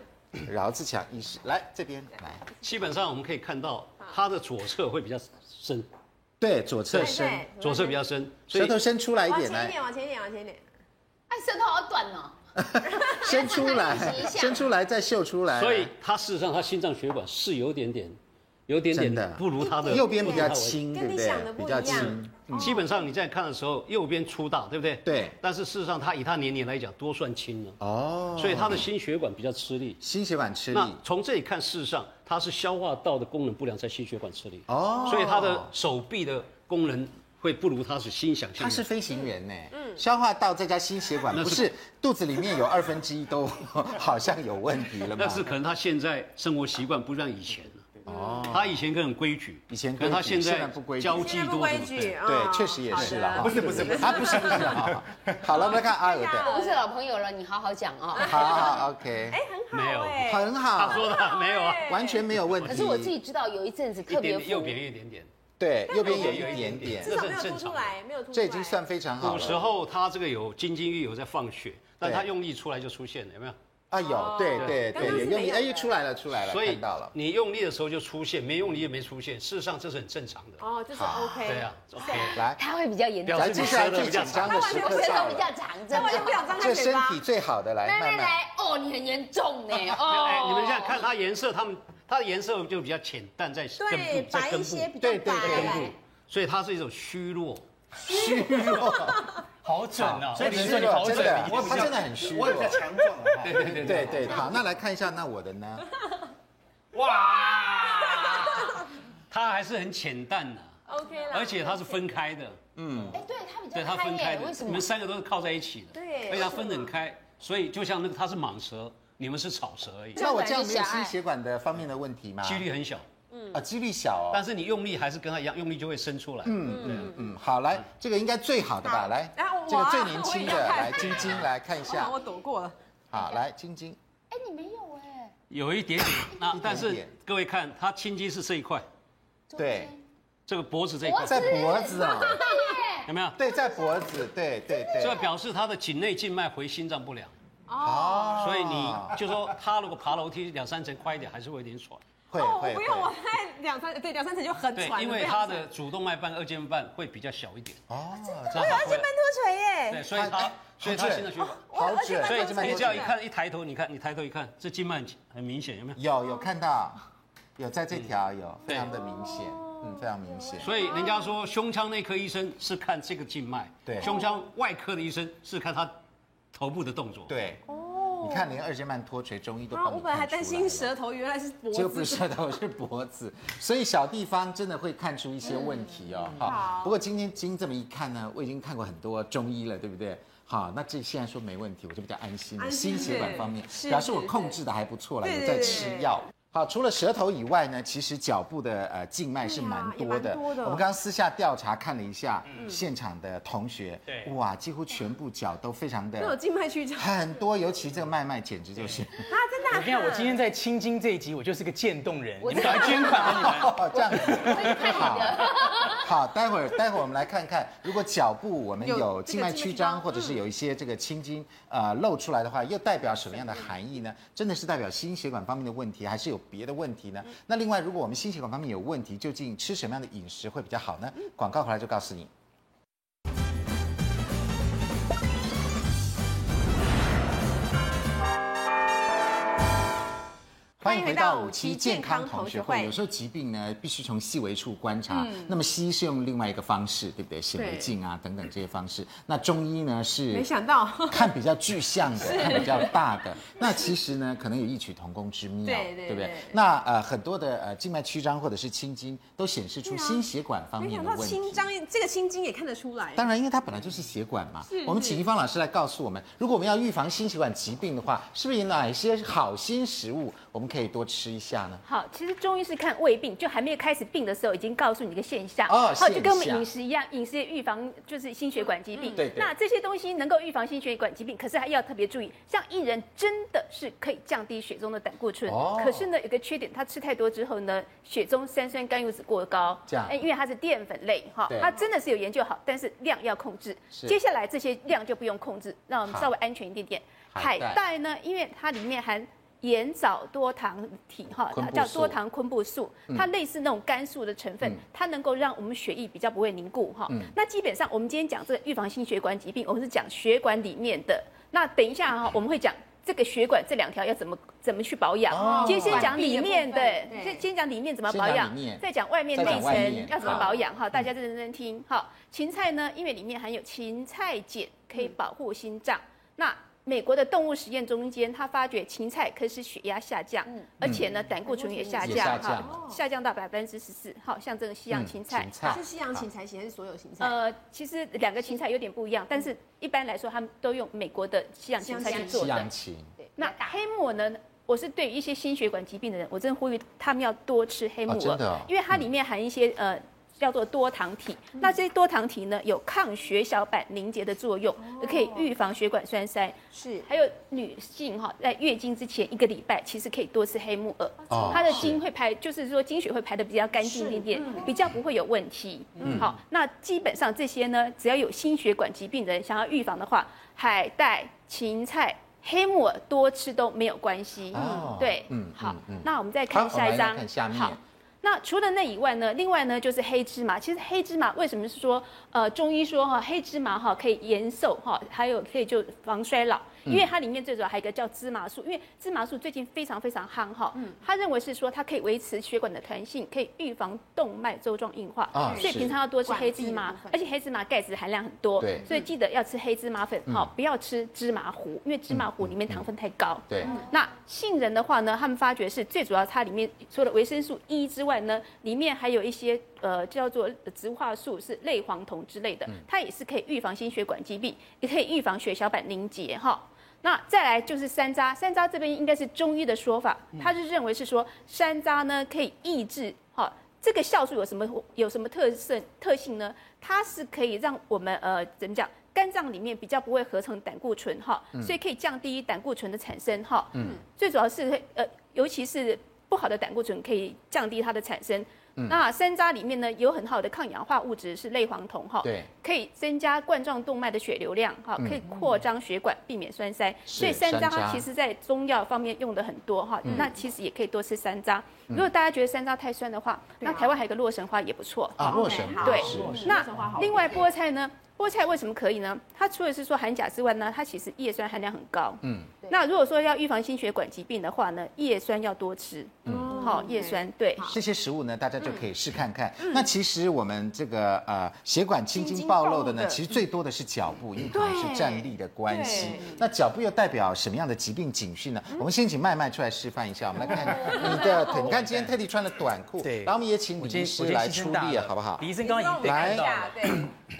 [SPEAKER 2] 饶自强医师来这边来。
[SPEAKER 8] 基本上我们可以看到，它的左侧会比较深，
[SPEAKER 2] 对，左侧伸，
[SPEAKER 1] 对
[SPEAKER 8] 左侧比较深，所
[SPEAKER 2] 舌
[SPEAKER 8] 以
[SPEAKER 2] 头伸出来一
[SPEAKER 1] 往
[SPEAKER 2] 点
[SPEAKER 1] 前一
[SPEAKER 2] 来，
[SPEAKER 1] 点，往前一点，往前一点。
[SPEAKER 5] 哎，舌头好短哦。
[SPEAKER 2] 伸 *laughs* 出
[SPEAKER 5] 往前
[SPEAKER 2] 来
[SPEAKER 5] 一，下
[SPEAKER 2] 伸出来再秀出来。
[SPEAKER 8] 所以它事实上它心脏血管是有点点有点
[SPEAKER 2] 真的啊
[SPEAKER 8] 点不如它的
[SPEAKER 2] 右边比较轻跟你对不对想的不一样比较轻
[SPEAKER 8] 嗯基本上你在看的时候，右边粗大，对不对？
[SPEAKER 2] 对。
[SPEAKER 8] 但是事实上，它以它年龄来讲，多算轻了。
[SPEAKER 2] 哦
[SPEAKER 8] 所以它的心血管比较吃力。
[SPEAKER 2] 心血管吃力
[SPEAKER 8] 那从这里看，事实上它是消化道的功能不良，在心血管吃力。
[SPEAKER 2] 哦
[SPEAKER 8] 所以它的手臂的功能会不如它是心想性。
[SPEAKER 2] 他是飞行员呢，
[SPEAKER 5] 嗯
[SPEAKER 2] 消化道再加心血管，
[SPEAKER 8] 那
[SPEAKER 2] 不
[SPEAKER 8] 是
[SPEAKER 2] 是肚子里面有二分之一都好像有问题了吗
[SPEAKER 8] 但？是可能他现在生活习惯不像以前了。
[SPEAKER 2] 哦
[SPEAKER 8] 他以前更规矩，以
[SPEAKER 2] 前
[SPEAKER 8] 可能他
[SPEAKER 2] 规矩
[SPEAKER 8] 在
[SPEAKER 2] 现在不规矩
[SPEAKER 8] 交际多
[SPEAKER 2] 现在不规矩
[SPEAKER 8] 对
[SPEAKER 1] 哦
[SPEAKER 2] 啊对确实也是啦好的不是不是不是啊不是不是
[SPEAKER 8] *laughs*
[SPEAKER 2] 啊好了，我们来看阿娥的，
[SPEAKER 5] 我们是老朋友了，你好好讲啊。
[SPEAKER 2] 好好好
[SPEAKER 1] 哎
[SPEAKER 2] OK，
[SPEAKER 8] 没有
[SPEAKER 2] 很好，
[SPEAKER 8] 他说
[SPEAKER 2] *laughs*
[SPEAKER 8] 的没有啊，
[SPEAKER 2] 完全没有问题。
[SPEAKER 5] 哎可是我自己知道有一阵子
[SPEAKER 8] 一
[SPEAKER 5] 特别
[SPEAKER 8] 点
[SPEAKER 5] 浮
[SPEAKER 8] 右边一点点，
[SPEAKER 2] 对右边有
[SPEAKER 8] 右边
[SPEAKER 2] 一
[SPEAKER 8] 有一
[SPEAKER 2] 点
[SPEAKER 8] 点
[SPEAKER 2] 点，
[SPEAKER 8] 点
[SPEAKER 1] 至少没有凸出来，没有凸出来。
[SPEAKER 2] 这已经算非常好
[SPEAKER 8] 古时
[SPEAKER 2] 了。
[SPEAKER 8] 候他这个有金金玉有在放血，但
[SPEAKER 2] 对
[SPEAKER 8] 他用力出来就出现了，有没有？
[SPEAKER 2] 啊，
[SPEAKER 5] 哦
[SPEAKER 2] 有，对对
[SPEAKER 8] 刚刚
[SPEAKER 2] 对，
[SPEAKER 8] 是
[SPEAKER 2] 有用
[SPEAKER 8] 没
[SPEAKER 2] 力，
[SPEAKER 8] 有
[SPEAKER 2] 哎，又出来了，出来了，
[SPEAKER 8] 所以
[SPEAKER 2] 看到了。
[SPEAKER 8] 你用力的时候就出现，没用力也没出现，事实上这是很正常的。
[SPEAKER 1] 哦，就是
[SPEAKER 8] 好
[SPEAKER 1] OK。
[SPEAKER 8] 对啊，OK。
[SPEAKER 2] 来，
[SPEAKER 5] 他会比较严重。
[SPEAKER 2] 来，接下来最紧张的时
[SPEAKER 5] 我
[SPEAKER 2] 刻
[SPEAKER 5] 舌
[SPEAKER 2] 到
[SPEAKER 5] 头比较
[SPEAKER 2] 了，
[SPEAKER 5] 长，真
[SPEAKER 1] 他完全不想
[SPEAKER 5] 的。
[SPEAKER 1] 张开
[SPEAKER 2] 这
[SPEAKER 1] 嘴
[SPEAKER 2] 身
[SPEAKER 1] 巴。
[SPEAKER 2] 体最好的，来，
[SPEAKER 5] 来
[SPEAKER 2] 慢
[SPEAKER 5] 来
[SPEAKER 2] 慢。
[SPEAKER 5] 来，哦，你很严重呢，
[SPEAKER 8] 哎
[SPEAKER 5] 哦。
[SPEAKER 8] 你们现在看它颜色，它们它的颜色就比较浅淡，在根
[SPEAKER 1] 对
[SPEAKER 8] 部，在
[SPEAKER 1] 白
[SPEAKER 8] 根
[SPEAKER 1] 一
[SPEAKER 8] 部
[SPEAKER 1] 些，比较白。
[SPEAKER 8] 所以它是一种虚弱。
[SPEAKER 2] 虚弱，
[SPEAKER 4] 好准哦！
[SPEAKER 2] 所以
[SPEAKER 4] 我
[SPEAKER 2] 你是
[SPEAKER 4] 只能说你好
[SPEAKER 2] 真
[SPEAKER 4] 准，
[SPEAKER 2] 的
[SPEAKER 4] 啊你，
[SPEAKER 2] 他真的很虚弱，
[SPEAKER 9] 我比较强壮啊。哈
[SPEAKER 8] 对
[SPEAKER 2] *laughs*
[SPEAKER 8] 对
[SPEAKER 2] 对对，好，那来看一下那我的呢？
[SPEAKER 8] 哇，它还是很浅淡的、
[SPEAKER 1] OK 了。
[SPEAKER 8] 而且它是分开的，
[SPEAKER 2] 嗯，
[SPEAKER 5] 哎，对他比
[SPEAKER 8] 对，
[SPEAKER 5] 较
[SPEAKER 8] 它分
[SPEAKER 5] 开
[SPEAKER 8] 开
[SPEAKER 5] 耶，为
[SPEAKER 8] 的，
[SPEAKER 5] 什
[SPEAKER 8] 你
[SPEAKER 5] 么 *laughs*
[SPEAKER 8] 们？三个都是靠在一起的，
[SPEAKER 1] 对
[SPEAKER 2] 哎
[SPEAKER 8] 而且它分得很开，所以就像那个它是蟒蛇，你们是草蛇而已，
[SPEAKER 2] 那我这样没有心血管的方面的问题吗？
[SPEAKER 8] 几率很小，
[SPEAKER 2] 啊，几率小哦。
[SPEAKER 8] 但是你用力还是跟它一样，用力就会伸出来，
[SPEAKER 2] 嗯嗯嗯，好，来，这个应该最好的吧？来
[SPEAKER 1] 然后，
[SPEAKER 2] 这个
[SPEAKER 1] 我啊
[SPEAKER 2] 最年轻
[SPEAKER 1] 我
[SPEAKER 2] 的，
[SPEAKER 1] 也要看
[SPEAKER 2] 来，晶晶来看一
[SPEAKER 1] 我
[SPEAKER 2] 下
[SPEAKER 1] 哦好，我躲过了。
[SPEAKER 2] 好，来，晶晶，
[SPEAKER 5] 哎，你没有哎。
[SPEAKER 8] 有一点点，那但
[SPEAKER 2] 一点
[SPEAKER 8] 是
[SPEAKER 2] 点
[SPEAKER 8] 各位看，它青筋是这一块，
[SPEAKER 5] 中
[SPEAKER 2] 对
[SPEAKER 5] 间，
[SPEAKER 8] 这个脖子这一块
[SPEAKER 1] 哦
[SPEAKER 5] 脖，
[SPEAKER 2] 在脖子啊，
[SPEAKER 8] 有没有？
[SPEAKER 2] 对，在脖子，对对
[SPEAKER 8] 这
[SPEAKER 2] 对，
[SPEAKER 8] 表示他的颈内静脉回心脏不良，
[SPEAKER 2] 哦
[SPEAKER 8] 所以你就说他如果爬楼梯两三层快一点，还是会有点喘。
[SPEAKER 2] 会
[SPEAKER 1] 哦，
[SPEAKER 2] 会
[SPEAKER 1] 我不用，我
[SPEAKER 2] 会，
[SPEAKER 1] 才两三对两三层就很
[SPEAKER 8] 对
[SPEAKER 1] 喘，了。
[SPEAKER 8] 因为
[SPEAKER 1] 不要
[SPEAKER 8] 他
[SPEAKER 1] 喘
[SPEAKER 8] 的主动脉瓣、二尖瓣会比较小一点，
[SPEAKER 2] 哦，
[SPEAKER 8] 这样他
[SPEAKER 1] 而且
[SPEAKER 8] 会
[SPEAKER 1] 半。脱垂
[SPEAKER 8] 对，
[SPEAKER 1] 耶，
[SPEAKER 8] 所以
[SPEAKER 2] 哎
[SPEAKER 8] 他
[SPEAKER 2] 哎
[SPEAKER 8] 所以
[SPEAKER 2] 好
[SPEAKER 8] 他
[SPEAKER 2] 准
[SPEAKER 8] 心脏血管。
[SPEAKER 1] 我
[SPEAKER 2] 好
[SPEAKER 1] 而且
[SPEAKER 2] 准，
[SPEAKER 8] 所以
[SPEAKER 1] 半
[SPEAKER 2] 这
[SPEAKER 1] 脱垂
[SPEAKER 2] 蛮
[SPEAKER 8] 你
[SPEAKER 2] 多
[SPEAKER 8] 只要
[SPEAKER 2] 准
[SPEAKER 8] 一
[SPEAKER 2] 的
[SPEAKER 8] 看一抬头，你看你抬头一看，这静脉很明显，有没有？
[SPEAKER 2] 有有看到，有在这条有，非常的明显，嗯，非常明显，
[SPEAKER 8] 所以人家说胸腔内科医生是看这个静脉，
[SPEAKER 2] 对
[SPEAKER 8] 胸腔外科的医生是看他头部的动作。，
[SPEAKER 2] 对，你看连二尖瓣脱垂中医都
[SPEAKER 1] 啊，
[SPEAKER 2] 帮
[SPEAKER 1] 我
[SPEAKER 2] 你
[SPEAKER 1] 本来还
[SPEAKER 2] 看
[SPEAKER 1] 担
[SPEAKER 2] 出来
[SPEAKER 1] 心
[SPEAKER 2] 了
[SPEAKER 1] 舌头原来是脖
[SPEAKER 2] 这个不
[SPEAKER 1] 子。
[SPEAKER 2] 是舌头，是脖子， *laughs* 所以小地方真的会看出一些问题
[SPEAKER 1] 嗯
[SPEAKER 2] 哦。好，不过今天经这么一看呢，我已经看过很多中医了，对不对？好，那这现在说没问题，我就比较安心了。
[SPEAKER 1] 安心
[SPEAKER 2] 心血管
[SPEAKER 1] 对
[SPEAKER 2] 方面，
[SPEAKER 1] 是
[SPEAKER 2] 表示我
[SPEAKER 1] 是
[SPEAKER 2] 控
[SPEAKER 1] 是
[SPEAKER 2] 制的还不错了，
[SPEAKER 1] 对
[SPEAKER 2] 有
[SPEAKER 1] 对
[SPEAKER 2] 在
[SPEAKER 1] 对
[SPEAKER 2] 吃药。好，除了舌头以外呢，其实脚部的呃静脉是
[SPEAKER 1] 对啊
[SPEAKER 2] 蛮
[SPEAKER 1] 也
[SPEAKER 2] 多
[SPEAKER 1] 蛮
[SPEAKER 2] 的。
[SPEAKER 1] 多的嗯
[SPEAKER 2] 我们刚刚私下调查看了一下，现场的同学，
[SPEAKER 4] 对
[SPEAKER 2] 哇，几乎全部脚都非常
[SPEAKER 1] 都有
[SPEAKER 2] 的
[SPEAKER 1] 静脉曲张啊，
[SPEAKER 2] 很多，尤其这个麦麦简直就是，
[SPEAKER 1] 真的啊。
[SPEAKER 4] 我跟你讲，我今天在青筋这一集，我就是个渐冻人，
[SPEAKER 5] 我
[SPEAKER 4] 你们赶快捐款 *laughs* 啊！你们。
[SPEAKER 2] *laughs* 这样子。
[SPEAKER 5] 看你的。
[SPEAKER 2] *laughs* 好，待会儿待会儿我们来看看，如果脚部我们
[SPEAKER 1] 有
[SPEAKER 2] 有
[SPEAKER 1] 这个
[SPEAKER 2] 静脉
[SPEAKER 1] 静脉
[SPEAKER 2] 曲
[SPEAKER 1] 曲张嗯
[SPEAKER 2] 张，或者是有一些这个青筋呃露出来的话，又代表什么样的含义呢？真的是代表心血管方面的问题，还是有别的问题呢？
[SPEAKER 1] 嗯
[SPEAKER 2] 那另外，如果我们心血管方面有问题，究竟吃什么样的饮食会比较好
[SPEAKER 1] 嗯
[SPEAKER 2] 呢？广告回来就告诉你。欢迎回到五期健康同学会。有时候疾病呢，必须从细微处观察。
[SPEAKER 1] 嗯
[SPEAKER 2] 那么西医是用另外一个方式，对不对？显微镜啊等等这些方式。那中医呢是
[SPEAKER 1] 没想到
[SPEAKER 2] 看比较具象
[SPEAKER 1] *laughs*
[SPEAKER 2] 的，看比较大的。那其实呢，可能有异曲同工之妙，
[SPEAKER 1] 对对
[SPEAKER 2] 不对
[SPEAKER 1] 对？
[SPEAKER 2] 那呃，很多的呃静脉曲张或者是青筋，都显示出心血管方
[SPEAKER 1] 啊没
[SPEAKER 2] 面
[SPEAKER 1] 想
[SPEAKER 2] 的
[SPEAKER 1] 到
[SPEAKER 2] 问题。
[SPEAKER 1] 青张这个青筋也看得出来。
[SPEAKER 2] 当然，因为它本来就是血管嘛。
[SPEAKER 1] 是
[SPEAKER 2] 我们
[SPEAKER 1] 是
[SPEAKER 2] 请一方老师来告诉我们，如果我们要预防心血管疾病的话，是不是有哪些好心食物我们可以多吃一下呢？
[SPEAKER 10] 好，其实中医是看胃病，就还没有开始病的时候，已经告诉你一个现象。
[SPEAKER 2] 哦
[SPEAKER 10] 好，就跟我们
[SPEAKER 2] 现象嗯
[SPEAKER 10] 饮食一样，饮食也预防就是心血管疾病。
[SPEAKER 2] 对对
[SPEAKER 10] 那这些东西能够预防心血管疾病，可是还要特别注意，像薏仁真的是可以降低血中的胆固醇，
[SPEAKER 2] 哦
[SPEAKER 10] 可是呢有个缺点，它吃太多之后呢，血中三酸甘油酯过高。
[SPEAKER 2] 这样
[SPEAKER 10] 哎因为它是淀粉类哈
[SPEAKER 2] 对，
[SPEAKER 10] 它真的是有研究好，但是量要控制。
[SPEAKER 2] 是
[SPEAKER 10] 接下来这些量就不用控制，让我们
[SPEAKER 2] 好
[SPEAKER 10] 稍微安全一点点。
[SPEAKER 2] 海
[SPEAKER 10] 海
[SPEAKER 2] 带
[SPEAKER 10] 带呢，因为它里面含盐藻多糖体哈，
[SPEAKER 2] 昆
[SPEAKER 10] 它
[SPEAKER 2] 布
[SPEAKER 10] 叫
[SPEAKER 2] 素嗯
[SPEAKER 10] 多糖昆布素，它类似那种甘素的成分，它能够让我们血液比较不会凝固哈。
[SPEAKER 2] 嗯
[SPEAKER 10] 那基本上我们今天讲这个预防心血管疾病，我们是讲血管里面的。那等一下哈，我们会讲这个血管这两条要怎么怎么去保
[SPEAKER 2] 哦
[SPEAKER 10] 养。今天先讲里面的
[SPEAKER 2] 管壁的部分，对
[SPEAKER 10] 先先讲里面怎么
[SPEAKER 2] 先
[SPEAKER 10] 保
[SPEAKER 2] 讲
[SPEAKER 10] 养
[SPEAKER 2] 里面，
[SPEAKER 10] 再讲外面
[SPEAKER 2] 再讲
[SPEAKER 10] 内
[SPEAKER 2] 外面
[SPEAKER 10] 层要怎么
[SPEAKER 2] 好嗯
[SPEAKER 10] 保养哈，大家认真听哈。芹菜呢，因为里面含有芹菜碱，可以
[SPEAKER 2] 嗯
[SPEAKER 10] 保护心脏。那美国的动物实验中间，他发觉芹菜可以使血压下降，而且呢，胆固醇也下
[SPEAKER 2] 嗯也下
[SPEAKER 10] 降
[SPEAKER 2] 降
[SPEAKER 10] 哈，下降到百分之十四，好，像这个西洋
[SPEAKER 2] 嗯
[SPEAKER 10] 芹菜
[SPEAKER 2] 芹，菜
[SPEAKER 10] 好
[SPEAKER 1] 是西洋芹菜型还是所有芹菜？
[SPEAKER 10] 呃，其实两个芹菜有点不一样，但是一般来说，他们都用美国的西洋芹菜去做
[SPEAKER 2] 西
[SPEAKER 10] 的
[SPEAKER 2] 洋。芹，
[SPEAKER 10] 那黑木耳呢？我是对于一些心血管疾病的人，我真的呼吁他们要多吃黑木
[SPEAKER 2] 哦真
[SPEAKER 10] 耳，
[SPEAKER 2] 的嗯哦
[SPEAKER 10] 因为它里面含一些、呃叫做多糖体。
[SPEAKER 2] 嗯
[SPEAKER 10] 那这些多糖体呢，有抗血小板凝结的作用，也可以预防血管栓塞。
[SPEAKER 1] 是，
[SPEAKER 10] 还有女性哈，在月经之前一个礼拜，其实可以多吃黑木耳，
[SPEAKER 2] 哦
[SPEAKER 10] 它的
[SPEAKER 2] 是
[SPEAKER 10] 经会排，就是说经血会排的比较干净一点点，比较不会有问题。
[SPEAKER 2] 嗯
[SPEAKER 10] 好，那基本上这些呢，只要有心血管疾病的人想要预防的话，海带、芹菜、黑木耳多吃都没有关系。
[SPEAKER 2] 哦
[SPEAKER 10] 对，
[SPEAKER 2] 嗯
[SPEAKER 10] 好
[SPEAKER 2] 嗯嗯，
[SPEAKER 10] 那我们再
[SPEAKER 2] 好，
[SPEAKER 10] 看
[SPEAKER 2] 我
[SPEAKER 10] 下
[SPEAKER 2] 们来
[SPEAKER 10] 一张，
[SPEAKER 2] 看下面
[SPEAKER 10] 好。那除了那以外呢，另外呢就是黑芝麻。其实黑芝麻为什么是说，呃，中医说哈，黑芝麻哈可以延寿哈，还有可以就防衰老，
[SPEAKER 2] 嗯
[SPEAKER 10] 因为它里面最主要还有一个叫芝麻素，因为芝麻素最近非常非常夯哈，
[SPEAKER 2] 嗯
[SPEAKER 10] 他认为是说它可以维持血管的弹性，可以预防动脉粥状硬化，
[SPEAKER 2] 啊
[SPEAKER 10] 所以
[SPEAKER 2] 是
[SPEAKER 10] 平常要多吃黑芝
[SPEAKER 1] 管
[SPEAKER 10] 麻
[SPEAKER 1] 制的部分，
[SPEAKER 10] 而且黑芝麻钙质含量很多
[SPEAKER 2] 对，嗯
[SPEAKER 10] 所以记得要吃黑芝麻粉哈，不要吃芝麻糊，因为芝麻糊里面糖分太高。
[SPEAKER 2] 对，
[SPEAKER 10] 那杏仁的话呢，他们发觉是最主要，它里面除了维生素 E 之外呢，里面还有一些呃叫做植物化素，是类黄酮之类的，它也是可以预防心血管疾病，也可以预防血小板凝结哈。那再来就是山楂，山楂这边应该是中医的说法，它是认为是说山楂呢可以抑制哈。这个酵素有什么有什么特性特性呢？它是可以让我们呃怎么讲，肝脏里面比较不会合成胆固醇哈，所以可以降低胆固醇的产生哈。嗯，最主要是会呃，尤其是不好的胆固醇可以降低它的产生。那山楂里面呢有很好的抗氧化物质是类黄酮哈，
[SPEAKER 2] 对，
[SPEAKER 10] 可以增加冠状动脉的血流量哈，可以扩张血管，避免栓塞。
[SPEAKER 2] 是
[SPEAKER 10] 所以山
[SPEAKER 2] 山
[SPEAKER 10] 楂
[SPEAKER 2] 楂
[SPEAKER 10] 它其实在中药方面用的很多哈，那其实也可以多吃山楂。如果大家觉得山楂太酸的话，那台湾还有个洛神花也不错
[SPEAKER 2] 啊，洛神花
[SPEAKER 10] 对
[SPEAKER 2] 是
[SPEAKER 10] 那另外菠菜呢？菠菜为什么可以呢？它除了是说含钾之外呢，它其实叶酸含量很高。
[SPEAKER 2] 嗯
[SPEAKER 10] 嗯，那如果说要预防心血管疾病的话呢，叶酸要多吃。嗯，好，叶酸对。
[SPEAKER 2] 这些食物呢，大家就可以试看看。那其实我们这个呃血管青筋暴露的呢，其实最多的是脚部，因为可能是站立的关系
[SPEAKER 1] 对。
[SPEAKER 2] 那脚部又代表什么样的疾病警讯呢？我们先请麦麦出来示范一下，我们来看你
[SPEAKER 4] *laughs*
[SPEAKER 2] 的腿。你看今天特地穿了短裤，
[SPEAKER 4] 对
[SPEAKER 2] 然后我们也请
[SPEAKER 4] 我
[SPEAKER 2] 李
[SPEAKER 4] 今
[SPEAKER 2] 医
[SPEAKER 4] 天
[SPEAKER 2] 师
[SPEAKER 4] 我今
[SPEAKER 2] 来
[SPEAKER 4] 天牺
[SPEAKER 2] 出
[SPEAKER 4] 牲大
[SPEAKER 2] 力，
[SPEAKER 4] 了，
[SPEAKER 2] 好不好？
[SPEAKER 4] 李医生刚刚已经
[SPEAKER 2] 来
[SPEAKER 4] 看到了，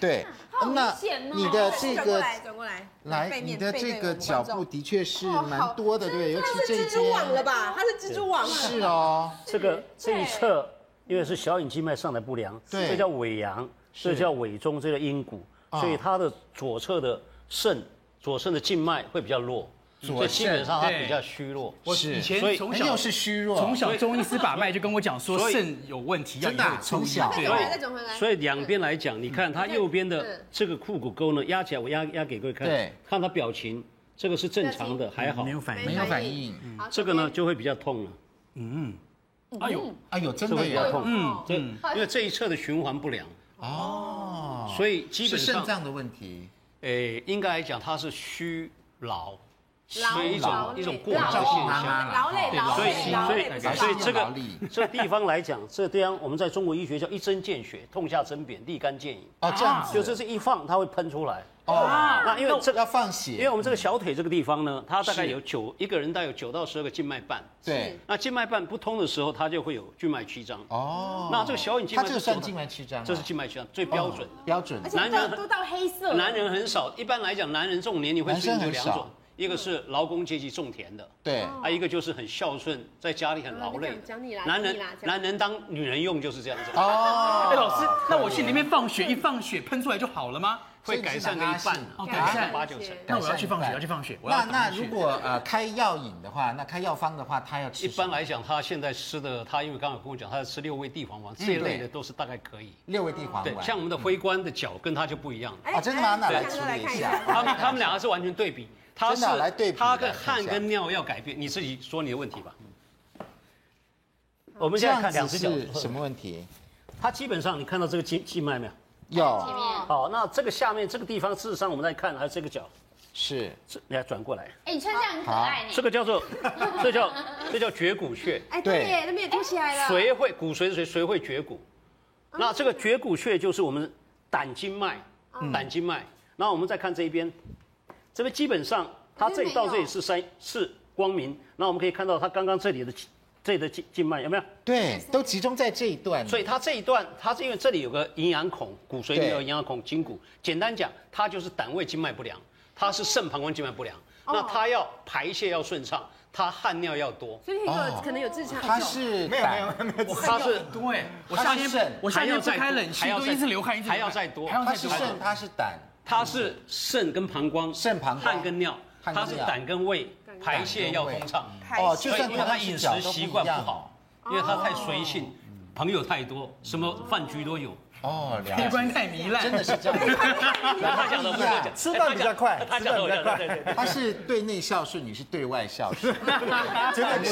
[SPEAKER 1] 对，
[SPEAKER 2] 对，那你的这
[SPEAKER 1] 转过
[SPEAKER 2] 个
[SPEAKER 1] 来，转过来，
[SPEAKER 2] 来，
[SPEAKER 1] 背面
[SPEAKER 2] 你的这个脚部，的确是
[SPEAKER 1] 哦好
[SPEAKER 2] 蛮多的，对，尤其
[SPEAKER 1] 背
[SPEAKER 2] 这
[SPEAKER 1] 对
[SPEAKER 2] 一
[SPEAKER 1] 我们观众它是蜘蛛网了吧？它是蜘蛛网，
[SPEAKER 2] 间。是哦，
[SPEAKER 8] 这个这一侧，因为是小隐静脉上的不良，
[SPEAKER 2] 对
[SPEAKER 8] 这叫尾阳，这叫尾中，这叫阴骨，
[SPEAKER 2] 啊
[SPEAKER 8] 所以它的左侧的肾，左肾的静脉会比较弱，所以基本上它比较虚弱。
[SPEAKER 4] 我
[SPEAKER 2] 是
[SPEAKER 4] 以哎
[SPEAKER 8] 所以
[SPEAKER 4] 前从
[SPEAKER 2] 朋
[SPEAKER 4] 小
[SPEAKER 2] 友哎是虚弱，
[SPEAKER 4] 从小中医师把脉就跟我讲说
[SPEAKER 8] 所以
[SPEAKER 4] 肾有问题，要
[SPEAKER 2] 真的啊
[SPEAKER 4] 以后注意
[SPEAKER 2] 从小
[SPEAKER 1] 再
[SPEAKER 4] 对
[SPEAKER 1] 转回来，再转回来。
[SPEAKER 8] 所以两边来讲，你看它右边
[SPEAKER 1] 嗯
[SPEAKER 8] 的这个股骨沟呢，压起来，我压压给各位看
[SPEAKER 2] 对，
[SPEAKER 8] 看它表情，这个是正常的，还好
[SPEAKER 4] 没。有反应。
[SPEAKER 2] 没有反应。
[SPEAKER 1] 好
[SPEAKER 8] 这个呢，就会比较痛了，
[SPEAKER 4] 哎呦，
[SPEAKER 2] 哎呦，真
[SPEAKER 8] 这
[SPEAKER 2] 的
[SPEAKER 8] 会比较
[SPEAKER 2] 有
[SPEAKER 8] 痛，
[SPEAKER 4] 嗯，
[SPEAKER 8] 这因为这一侧的循环不良，
[SPEAKER 2] 哦，
[SPEAKER 8] 所以基
[SPEAKER 2] 嗯是
[SPEAKER 8] 本
[SPEAKER 2] 肾
[SPEAKER 8] 上
[SPEAKER 2] 脏的问题，
[SPEAKER 8] 诶，应该来讲它是虚劳，
[SPEAKER 1] 劳
[SPEAKER 8] 所以一
[SPEAKER 1] 劳
[SPEAKER 8] 种
[SPEAKER 1] 累
[SPEAKER 8] 一种过劳的现
[SPEAKER 2] 劳
[SPEAKER 8] 象。
[SPEAKER 2] 啊
[SPEAKER 1] 劳累，
[SPEAKER 2] 对
[SPEAKER 1] 劳
[SPEAKER 8] 所以
[SPEAKER 1] 累，劳
[SPEAKER 8] 所
[SPEAKER 1] 累，
[SPEAKER 8] 以
[SPEAKER 1] 劳
[SPEAKER 8] 所以这
[SPEAKER 2] 劳
[SPEAKER 8] 个
[SPEAKER 2] 力
[SPEAKER 8] 这地方来讲，这地方我们在中国医学叫一针见血，痛下针砭，立竿见影。
[SPEAKER 2] 哦，这样子
[SPEAKER 8] 啊就这是一放，它会喷出来。
[SPEAKER 2] 哦，
[SPEAKER 1] 啊
[SPEAKER 8] 那因为这
[SPEAKER 2] 要
[SPEAKER 8] 个，
[SPEAKER 2] 放
[SPEAKER 8] 因为
[SPEAKER 2] 血
[SPEAKER 8] 我，们这个小腿这个地方呢，它大概
[SPEAKER 2] 是
[SPEAKER 8] 有九一个人大概有九到十二个静脉瓣。
[SPEAKER 2] 对，
[SPEAKER 8] 那静脉瓣不通的时候，它就会有静脉曲张。
[SPEAKER 2] 哦，
[SPEAKER 8] 那这个小隐静
[SPEAKER 2] 它
[SPEAKER 8] 脉，
[SPEAKER 2] 这个算静脉曲张吗，啊哦
[SPEAKER 8] 这是静脉曲张最标准的。
[SPEAKER 2] 标准
[SPEAKER 1] 而，且哦都都到黑色
[SPEAKER 8] *laughs* 男
[SPEAKER 1] 了，
[SPEAKER 8] 人很少，一般来讲，男人这种年龄会
[SPEAKER 2] 男
[SPEAKER 8] 出现
[SPEAKER 2] 生
[SPEAKER 8] 有
[SPEAKER 2] 很
[SPEAKER 8] 两
[SPEAKER 2] 少嗯哦
[SPEAKER 8] 种，一个是劳工阶级种田的，
[SPEAKER 2] 对，
[SPEAKER 8] 啊，一个就是很孝顺，在家里很劳累
[SPEAKER 1] 哦那这样讲你啦
[SPEAKER 8] 的。男人
[SPEAKER 1] 讲你啦讲
[SPEAKER 8] 男人当女人用就是这样子， *laughs*
[SPEAKER 4] 哎，
[SPEAKER 2] 哦，
[SPEAKER 4] 老师，那我去里面放血，一放血喷出来就好了吗？
[SPEAKER 8] 会改善个一半啊，
[SPEAKER 4] 哦改善
[SPEAKER 8] 八九成。
[SPEAKER 4] 那我要去放
[SPEAKER 2] 改
[SPEAKER 4] 血，
[SPEAKER 2] 善
[SPEAKER 4] 要去放血。我要
[SPEAKER 2] 那
[SPEAKER 4] 赶快
[SPEAKER 2] 那
[SPEAKER 4] 去
[SPEAKER 2] 如果呃开药引的话，那开药方的话，他要吃
[SPEAKER 8] 一般
[SPEAKER 2] 什么
[SPEAKER 8] 来讲，他现在吃的，他因为刚才跟我讲，他吃六味地黄丸这一
[SPEAKER 2] 嗯
[SPEAKER 8] 类的都是大概可以。
[SPEAKER 2] 六味地黄
[SPEAKER 8] 对，
[SPEAKER 2] 丸，
[SPEAKER 8] 像我们哎的辉官的脚跟他就不一样，
[SPEAKER 1] 哎
[SPEAKER 2] 啊，真的吗？那来
[SPEAKER 1] 强哥
[SPEAKER 2] 处
[SPEAKER 1] 来
[SPEAKER 2] 理
[SPEAKER 1] 看
[SPEAKER 2] 一
[SPEAKER 1] 一
[SPEAKER 2] 下
[SPEAKER 1] 下，
[SPEAKER 8] 他们
[SPEAKER 2] *laughs*
[SPEAKER 8] 他们两个是完全对比。他
[SPEAKER 2] 真
[SPEAKER 8] 是
[SPEAKER 2] 的啊来对比
[SPEAKER 8] 他
[SPEAKER 2] 来
[SPEAKER 8] 的
[SPEAKER 2] 看一
[SPEAKER 8] 汗
[SPEAKER 2] 下
[SPEAKER 8] 跟尿要改变，你自己说你的问题吧。
[SPEAKER 2] 嗯
[SPEAKER 8] 我
[SPEAKER 2] 我
[SPEAKER 8] 们现在看两只
[SPEAKER 2] 是
[SPEAKER 8] 脚，哎
[SPEAKER 2] 什么问题？
[SPEAKER 8] 它基本上你看到这个静静脉没有？
[SPEAKER 2] 有
[SPEAKER 8] 好，那这个下面这个地方，事实上我们在看，还有这个脚，
[SPEAKER 2] 是，
[SPEAKER 8] 这人家转过来，
[SPEAKER 5] 哎，你穿这样很可爱呢。
[SPEAKER 8] 这个叫做，这叫这叫绝骨穴。
[SPEAKER 1] 哎，对耶，那边也凸起来了。
[SPEAKER 8] 谁会骨髓谁谁会绝骨？那这个绝骨穴就是我们胆经脉，胆经脉。然后我们再看这一边，这边基本上它这里到这里是三是光明，那我们可以看到它刚刚这里的这里的静静脉有没有？
[SPEAKER 2] 对，都集中在这一段。
[SPEAKER 8] 所以它这一段，它是因为这里有个营养孔，骨髓里
[SPEAKER 2] 对
[SPEAKER 8] 有营养孔，筋骨。简单讲，它就是胆胃经脉不良，它是肾膀胱经脉不良。
[SPEAKER 1] 哦
[SPEAKER 8] 那它要排泄要顺畅，它汗尿要多。
[SPEAKER 1] 所以你
[SPEAKER 8] 哦
[SPEAKER 1] 有可能有痔疮。
[SPEAKER 2] 他是
[SPEAKER 8] 没有没有没有他是
[SPEAKER 4] 多哎，我夏天不我夏天不开冷气，都一直流汗，一直流汗
[SPEAKER 8] 还要再多，
[SPEAKER 4] 还要再多。
[SPEAKER 2] 它是胆，
[SPEAKER 8] 它是肾跟膀胱，
[SPEAKER 2] 肾
[SPEAKER 4] 嗯
[SPEAKER 2] 膀
[SPEAKER 8] 汗跟尿，
[SPEAKER 2] 汗跟
[SPEAKER 8] 它
[SPEAKER 2] 尿
[SPEAKER 8] 是胆跟胃排泄要通畅。
[SPEAKER 2] 哦就算
[SPEAKER 8] 所以因为
[SPEAKER 2] 他
[SPEAKER 8] 他
[SPEAKER 2] 是
[SPEAKER 8] 饮食
[SPEAKER 2] 脚都不
[SPEAKER 8] 习惯
[SPEAKER 2] 一样
[SPEAKER 8] 不好，因为他太随性，
[SPEAKER 4] 哦
[SPEAKER 8] 朋友太多，什么饭局都有。
[SPEAKER 2] 哦，了
[SPEAKER 4] 解关太糜烂真 *laughs* 的是这样
[SPEAKER 8] *laughs*
[SPEAKER 4] 嗯
[SPEAKER 8] 他讲的不是我讲，哎
[SPEAKER 2] 吃饭比较快
[SPEAKER 8] 他讲的我讲的，对对对。
[SPEAKER 2] 他是对内孝顺，你是对外孝顺，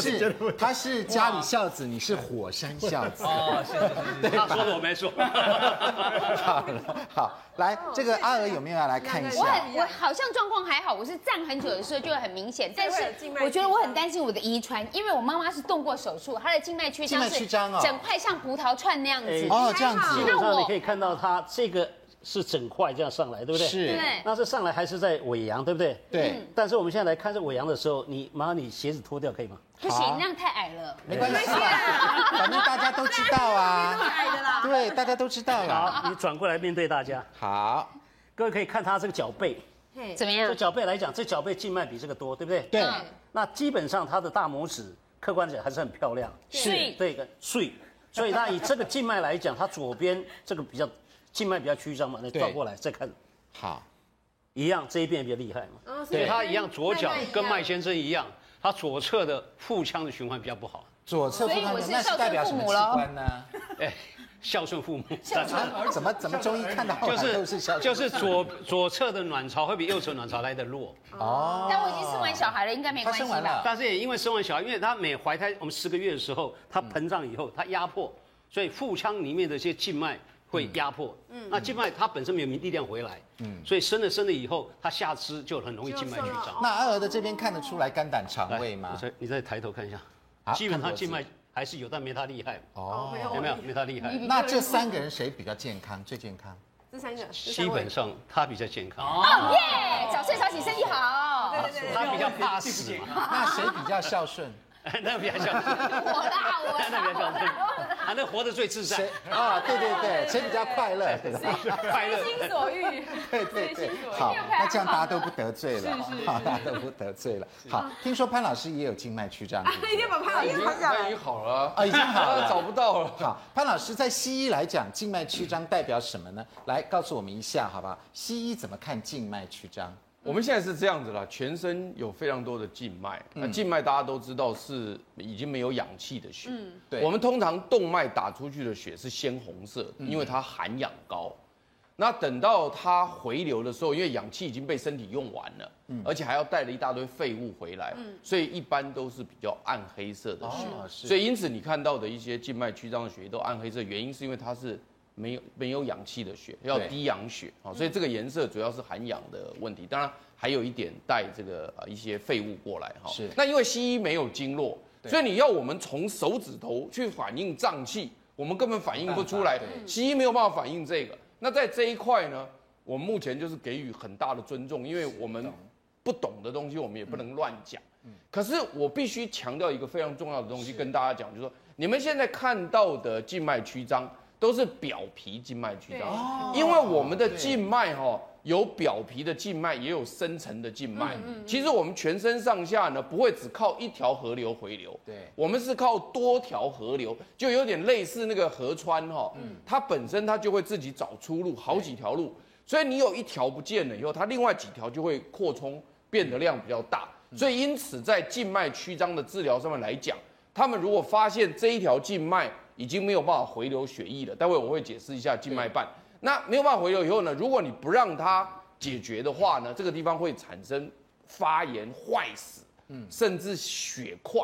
[SPEAKER 2] 是他是家里孝子，你是火山孝子。
[SPEAKER 8] 哦，是是是，他说的我没说。
[SPEAKER 2] *laughs* 好了，好，来，这个阿娥有没有要来看一
[SPEAKER 5] 我
[SPEAKER 2] 下？
[SPEAKER 5] 很我好像状况还好，我是站很久的时候就会很明显，但
[SPEAKER 1] 会
[SPEAKER 5] 是
[SPEAKER 1] 有静脉
[SPEAKER 5] 我觉得我很担心我的遗传，因为我妈妈是动过手术，她的静脉曲
[SPEAKER 2] 静
[SPEAKER 5] 张
[SPEAKER 2] 脉
[SPEAKER 5] 是
[SPEAKER 2] 曲张哦
[SPEAKER 5] 整块像葡萄串那样子。
[SPEAKER 2] 哦这样子
[SPEAKER 8] 基
[SPEAKER 5] 那
[SPEAKER 8] 本上你
[SPEAKER 5] 我
[SPEAKER 8] 可以看到它这个是整块这样上来，对不对？
[SPEAKER 2] 是对
[SPEAKER 8] 那这上来还是在尾阳，对不对？
[SPEAKER 2] 对嗯
[SPEAKER 8] 但是我们现在来看这尾阳的时候，你麻烦你鞋子脱掉可以吗？
[SPEAKER 5] 不行，那样太矮了。
[SPEAKER 2] 没关系啊，反正大家都知道
[SPEAKER 8] *laughs*
[SPEAKER 2] 啊。 *laughs* 对，大家都知道了。
[SPEAKER 8] 好，你转过来面对大家。
[SPEAKER 2] 好，
[SPEAKER 8] 各位可以看它这个脚背，
[SPEAKER 5] 怎
[SPEAKER 8] 这
[SPEAKER 5] 么样？
[SPEAKER 8] 脚背来讲，这脚背静脉比这个多，对不对？
[SPEAKER 2] 对
[SPEAKER 5] 嗯
[SPEAKER 8] 那基本上它的大拇指，客观讲还是很漂亮，
[SPEAKER 5] 是
[SPEAKER 8] 对个碎。所以那以这个静脉来讲，它左边这个比较静脉比较曲张嘛，那
[SPEAKER 2] 对
[SPEAKER 8] 转过来再看，
[SPEAKER 2] 好，
[SPEAKER 8] 一样这一边比较厉害嘛。
[SPEAKER 1] 哦所
[SPEAKER 8] 所
[SPEAKER 1] 以
[SPEAKER 8] 以他一样，左脚
[SPEAKER 1] 脉一样
[SPEAKER 8] 跟麦先生一样，他左侧的腹腔的循环比较不好，
[SPEAKER 2] 左侧腹
[SPEAKER 5] 所以我
[SPEAKER 2] 腔
[SPEAKER 5] 是
[SPEAKER 2] 那是代表什么器官
[SPEAKER 5] *laughs*
[SPEAKER 2] 呢？啊
[SPEAKER 8] 哎，孝顺父母，
[SPEAKER 2] 怎么怎么中医看到
[SPEAKER 8] 就
[SPEAKER 2] 哦都是
[SPEAKER 8] 是
[SPEAKER 2] 孝
[SPEAKER 8] 就
[SPEAKER 2] 顺
[SPEAKER 8] 是左左侧的卵巢会比右侧卵巢来的弱，
[SPEAKER 2] 哦
[SPEAKER 5] 但我已经生完小孩了，应该没关系
[SPEAKER 2] 她生完
[SPEAKER 5] 吧
[SPEAKER 2] 了？
[SPEAKER 8] 但是也因为生完小孩，因为他每怀胎我们十个月的时候，它膨胀以后，它压迫，所以腹腔里面的一些静脉会压迫，嗯，那静脉它本身没有力量回来，嗯，所以生了生了以后，它下肢就很容易静脉曲张。
[SPEAKER 2] 那阿娥的这边看得出来肝胆肠胃
[SPEAKER 8] 你
[SPEAKER 2] 吗？
[SPEAKER 8] 再你再抬头看一下，
[SPEAKER 2] 啊
[SPEAKER 8] 基本
[SPEAKER 2] 看
[SPEAKER 8] 上
[SPEAKER 2] 脖子
[SPEAKER 8] 静脉还是有，但没他厉害。
[SPEAKER 2] 哦，
[SPEAKER 8] 有没有没他厉害？
[SPEAKER 2] 那这三个人谁比较健康？最健
[SPEAKER 5] *laughs*
[SPEAKER 2] 康？
[SPEAKER 1] 这三个，这三
[SPEAKER 8] 基
[SPEAKER 1] 位
[SPEAKER 8] 本上他比较健康，
[SPEAKER 4] 啊
[SPEAKER 5] 哦耶！早睡早起，身体
[SPEAKER 1] *laughs*
[SPEAKER 5] 好。
[SPEAKER 1] 对对对
[SPEAKER 8] 他比较怕死嘛，
[SPEAKER 2] 那谁比较孝顺？
[SPEAKER 8] *laughs* 那比较像，
[SPEAKER 5] 我啦，我啦，
[SPEAKER 8] *laughs* 那比较
[SPEAKER 5] 我
[SPEAKER 8] 像，
[SPEAKER 2] *laughs*
[SPEAKER 5] 啦，我啦。
[SPEAKER 8] 啊，那活得最自在 *laughs*
[SPEAKER 2] 谁，啊？对对对，谁比较快乐？
[SPEAKER 8] 快乐。
[SPEAKER 1] 心所欲。 *laughs*
[SPEAKER 2] 对对对，好，那这样大家都不得罪了，好， *laughs* 大家都不得罪了。好，听说潘老师也有静脉曲张，
[SPEAKER 5] *laughs*
[SPEAKER 1] 一定要把潘老
[SPEAKER 2] 哎
[SPEAKER 7] 已
[SPEAKER 1] 师
[SPEAKER 7] 经
[SPEAKER 1] 拍下
[SPEAKER 7] 那已
[SPEAKER 1] 来
[SPEAKER 7] 经。好了啊
[SPEAKER 2] 啊已经好了
[SPEAKER 7] *laughs* 找不到了。
[SPEAKER 2] 好，潘老师在西医来讲，静脉曲张代表什么呢？来告诉我们一下，好不好？西医怎么看静脉曲张？
[SPEAKER 7] 我们现在是这样子啦，全身有非常多的静脉，那静脉大家都知道是已经没有氧气的血。
[SPEAKER 2] 对
[SPEAKER 7] 我们通常动脉打出去的血是鲜红色，因为它含氧高。那等到它回流的时候，因为氧气已经被身体用完了，而且还要带了一大堆废物回来，所以一般都是比较暗黑色的血。
[SPEAKER 2] 哦是
[SPEAKER 7] 所以因此你看到的一些静脉曲张的血液都暗黑色，原因是因为它是没有没有氧气的血，要
[SPEAKER 2] 对嗯
[SPEAKER 7] 低氧血啊，所以这个颜色主要是含氧的问题。当然还有一点带这个呃一些废物过来哈。
[SPEAKER 2] 是
[SPEAKER 7] 那因为西医没有经络，所以你要我们从手指头去反映脏器，我们根本反映不出来
[SPEAKER 2] 没办法，
[SPEAKER 7] 西医没有办法反映这个。那在这一块呢，我们目前就是给予很大的尊重，因为我们不懂的东西，我们也
[SPEAKER 2] 嗯
[SPEAKER 7] 不能乱讲。可是我必须强调一个非常重要的东西，跟大家讲，就是说你们现在看到的静脉曲张都是表皮静脉曲张，因为我们的静脉哈、有表皮的静脉，也有深层的静脉。其实我们全身上下呢，不会只靠一条河流回流，
[SPEAKER 2] 对
[SPEAKER 7] 我们是靠多条河流，就有点类似那个河川哈、它本身它就会自己找出路，好几条路。所以你有一条不见了以后，它另外几条就会扩充，变得量比较大。所以因此在静脉曲张的治疗上面来讲，他们如果发现这一条静脉已经没有办法回流血液了，待会我会解释一下静脉瓣。那没有办法回流以后呢，如果你不让它解决的话呢，这个地方会产生发炎、坏死，甚至血块。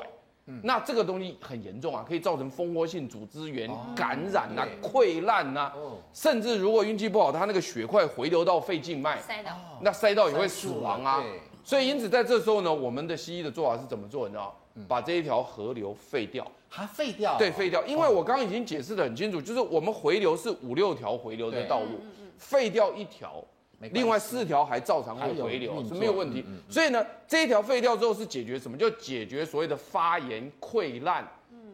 [SPEAKER 2] 嗯
[SPEAKER 7] 那这个东西很严重啊，可以造成蜂窝性组织
[SPEAKER 2] 哦
[SPEAKER 7] 炎感染啊、溃烂啊，甚至如果运气不好，它那个血块回流到肺静脉，
[SPEAKER 5] 塞到。
[SPEAKER 7] 那塞到也会死亡
[SPEAKER 2] 哦塞
[SPEAKER 7] 啊
[SPEAKER 2] 住了对。
[SPEAKER 7] 所以因此在这时候呢，我们的西医的做法是怎么做？你知道，
[SPEAKER 2] 嗯
[SPEAKER 7] 把这一条河流废掉。
[SPEAKER 2] 它废掉了
[SPEAKER 7] 对，废掉，
[SPEAKER 2] 哦
[SPEAKER 7] 因为我刚刚已经解释的很清楚，就是我们回流是五六条回流的道
[SPEAKER 5] 嗯
[SPEAKER 7] 路，废掉一条，
[SPEAKER 2] 关系
[SPEAKER 7] 另外四条还照常会回
[SPEAKER 2] 还有
[SPEAKER 7] 流
[SPEAKER 2] 运
[SPEAKER 7] 是
[SPEAKER 2] 作嗯
[SPEAKER 7] 没有问题。所以呢，这一条废掉之后是解决什么？就解决所谓的发炎、溃烂、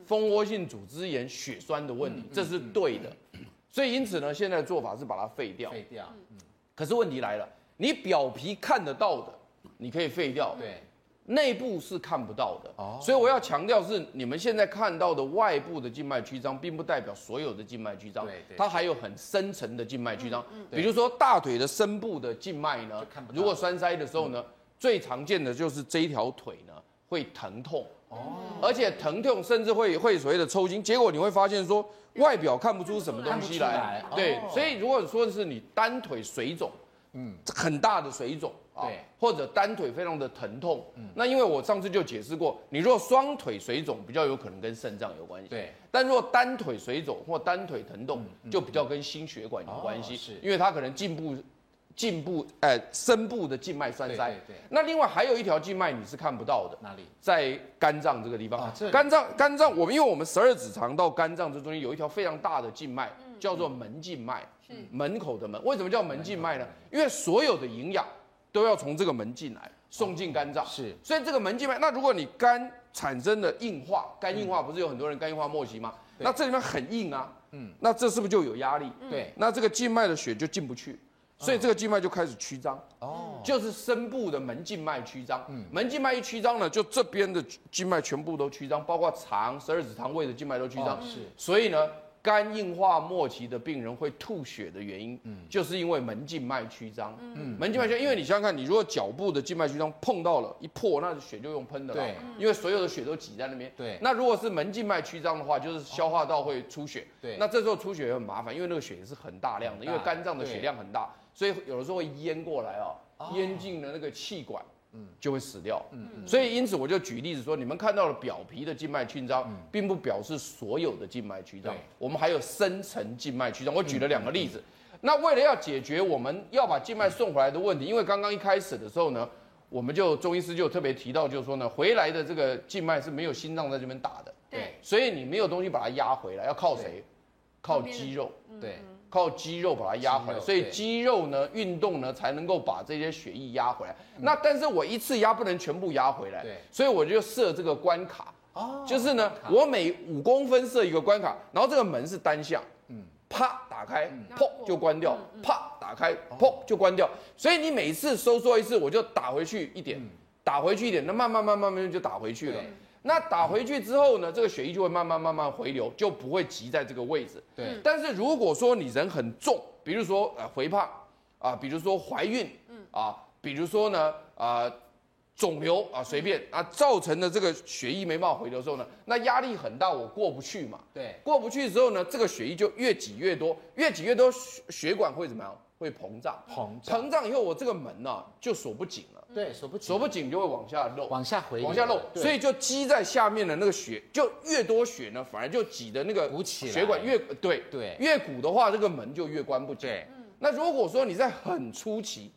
[SPEAKER 7] 蜂窝性组织炎、血栓的
[SPEAKER 2] 嗯
[SPEAKER 7] 问题，这是对的。所以因此呢，现在的做法是把它废掉。
[SPEAKER 2] 废掉，
[SPEAKER 7] 可是问题来了，你表皮看得到的，你可以废掉，
[SPEAKER 2] 对，
[SPEAKER 7] 内部是看不到的。哦，所以我要强调是，你们现在看到的外部的静脉曲张，并不代表所有的静脉曲张，
[SPEAKER 2] 对
[SPEAKER 7] 它还有很深层的静脉曲张，比如说大腿的深部的静脉呢，如果栓塞的时候呢，最常见的就是这一条腿呢会疼痛。而且疼痛甚至会会所谓的抽筋，结果你会发现说外表看不出什么东西来
[SPEAKER 2] 看，不出来
[SPEAKER 7] 对
[SPEAKER 2] 哦，
[SPEAKER 7] 所以如果说是你单腿水肿，嗯，很大的水肿啊，或者单腿非常的疼痛，
[SPEAKER 2] 嗯
[SPEAKER 7] 那因为我上次就解释过，你若双腿水肿比较有可能跟肾脏有关系，
[SPEAKER 2] 对，嗯
[SPEAKER 7] 但若单腿水肿或单腿疼痛就比较跟心血管有关系，
[SPEAKER 2] 哦是
[SPEAKER 7] 因为它可能进步。进步，呃，深部的静脉栓塞。
[SPEAKER 2] 对对对
[SPEAKER 7] 那另外还有一条静脉你是看不到的，
[SPEAKER 2] 哪里？
[SPEAKER 7] 在肝啊脏这个地方。
[SPEAKER 2] 这里
[SPEAKER 7] 肝脏，肝脏，我们因为我们十二指肠到肝脏这中间有一条非常大的静脉，叫做门静脉，门口的门。为什么叫门静脉呢？因为所有的营养都要从这个门进来，送进肝脏。
[SPEAKER 2] 是，
[SPEAKER 7] 所以这个门静脉，那如果你肝产生了硬化，肝硬化不是有很多人肝硬化末期吗？那这里面很硬啊，嗯，那这是不是就有压力？
[SPEAKER 2] 对
[SPEAKER 7] 那这个静脉的血就进不去，所以这个静脉就开始曲张。
[SPEAKER 2] 哦，嗯
[SPEAKER 7] 就是深部的门静脉曲张。门静脉一曲张呢，就这边的静脉全部都曲张，包括肠、十二指肠胃的静脉都曲张。
[SPEAKER 2] 哦是
[SPEAKER 7] 所以呢，肝硬化末期的病人会吐血的原因，就是因为门静脉曲张。
[SPEAKER 2] 嗯
[SPEAKER 7] 门静脉曲张，因为你想想看，你如果脚部的静脉曲张碰到了一破，那血就用喷的了
[SPEAKER 2] 对，
[SPEAKER 7] 因为所有的血都挤在那边。
[SPEAKER 2] 对
[SPEAKER 7] 那如果是门静脉曲张的话，就是消化道会出血。
[SPEAKER 2] 对
[SPEAKER 7] 那这时候出血也很麻烦，因为那个血也是很大量的，因为
[SPEAKER 2] 很大
[SPEAKER 7] 肝脏的
[SPEAKER 2] 对
[SPEAKER 7] 血量很大，所以有的时候会淹过来哦，淹进了那个气管，
[SPEAKER 2] 嗯
[SPEAKER 7] 就会死掉。所以因此我就举例子说，你们看到了表皮的静脉曲张，并不表示所有的静脉曲张
[SPEAKER 2] 嗯对，嗯
[SPEAKER 7] 我们还有深层静脉曲张。我举了两个例子。那为了要解决我们要把静脉送回来的问题，因为刚刚一开始的时候呢，我们就中医师就特别提到，就是说呢，回来的这个静脉是没有心脏在这边打的，
[SPEAKER 2] 对
[SPEAKER 7] 所以你没有东西把它压回来，要靠谁
[SPEAKER 2] 对？
[SPEAKER 7] 靠肌肉。
[SPEAKER 2] 对，
[SPEAKER 7] 靠肌肉把它压回
[SPEAKER 2] 肌
[SPEAKER 7] 来，
[SPEAKER 2] 肉
[SPEAKER 7] 所以
[SPEAKER 2] 对
[SPEAKER 7] 肌肉呢运动呢才能够把这些血液压回来。那但是我一次压不能全部压回来
[SPEAKER 2] 嗯对，
[SPEAKER 7] 所以我就设这个关卡，
[SPEAKER 2] 哦
[SPEAKER 7] 就是呢我每五公分设一个关卡，然后这个门是单向，嗯，啪打开，
[SPEAKER 2] 嗯
[SPEAKER 7] 砰就关掉，啪打开，
[SPEAKER 2] 哦
[SPEAKER 7] 砰就关掉。所以你每次收缩一次，我就打回去一点，打回去一点，那慢慢慢慢慢慢就打回去了
[SPEAKER 2] 嗯对。
[SPEAKER 7] 那打回去之后呢，这个血液就会慢慢慢慢回流，就不会集在这个位置。
[SPEAKER 2] 对
[SPEAKER 7] 但是如果说你人很重，比如说呃肥胖啊，比如说怀孕，啊，比如说呢啊肿瘤啊，随便啊，造成的这个血液没办法回流之后呢，那压力很大，我过不去嘛。
[SPEAKER 2] 对
[SPEAKER 7] 过不去之后呢，这个血液就越挤越多，越挤越多，血血管会怎么样？会膨胀。
[SPEAKER 2] 膨胀
[SPEAKER 7] 膨胀以后，我这个门呢、啊就锁不紧了，
[SPEAKER 2] 对锁不紧
[SPEAKER 7] 锁不紧就会往下漏，
[SPEAKER 2] 往下回流
[SPEAKER 7] 往下漏，
[SPEAKER 2] 对
[SPEAKER 7] 所以就积在下面的那个血，就越多血呢，反而就挤的那个
[SPEAKER 2] 鼓起来
[SPEAKER 7] 血管越对
[SPEAKER 2] 对
[SPEAKER 7] 越鼓的话，这个门就越关不紧。
[SPEAKER 2] 对
[SPEAKER 7] 那如果说你在很初期，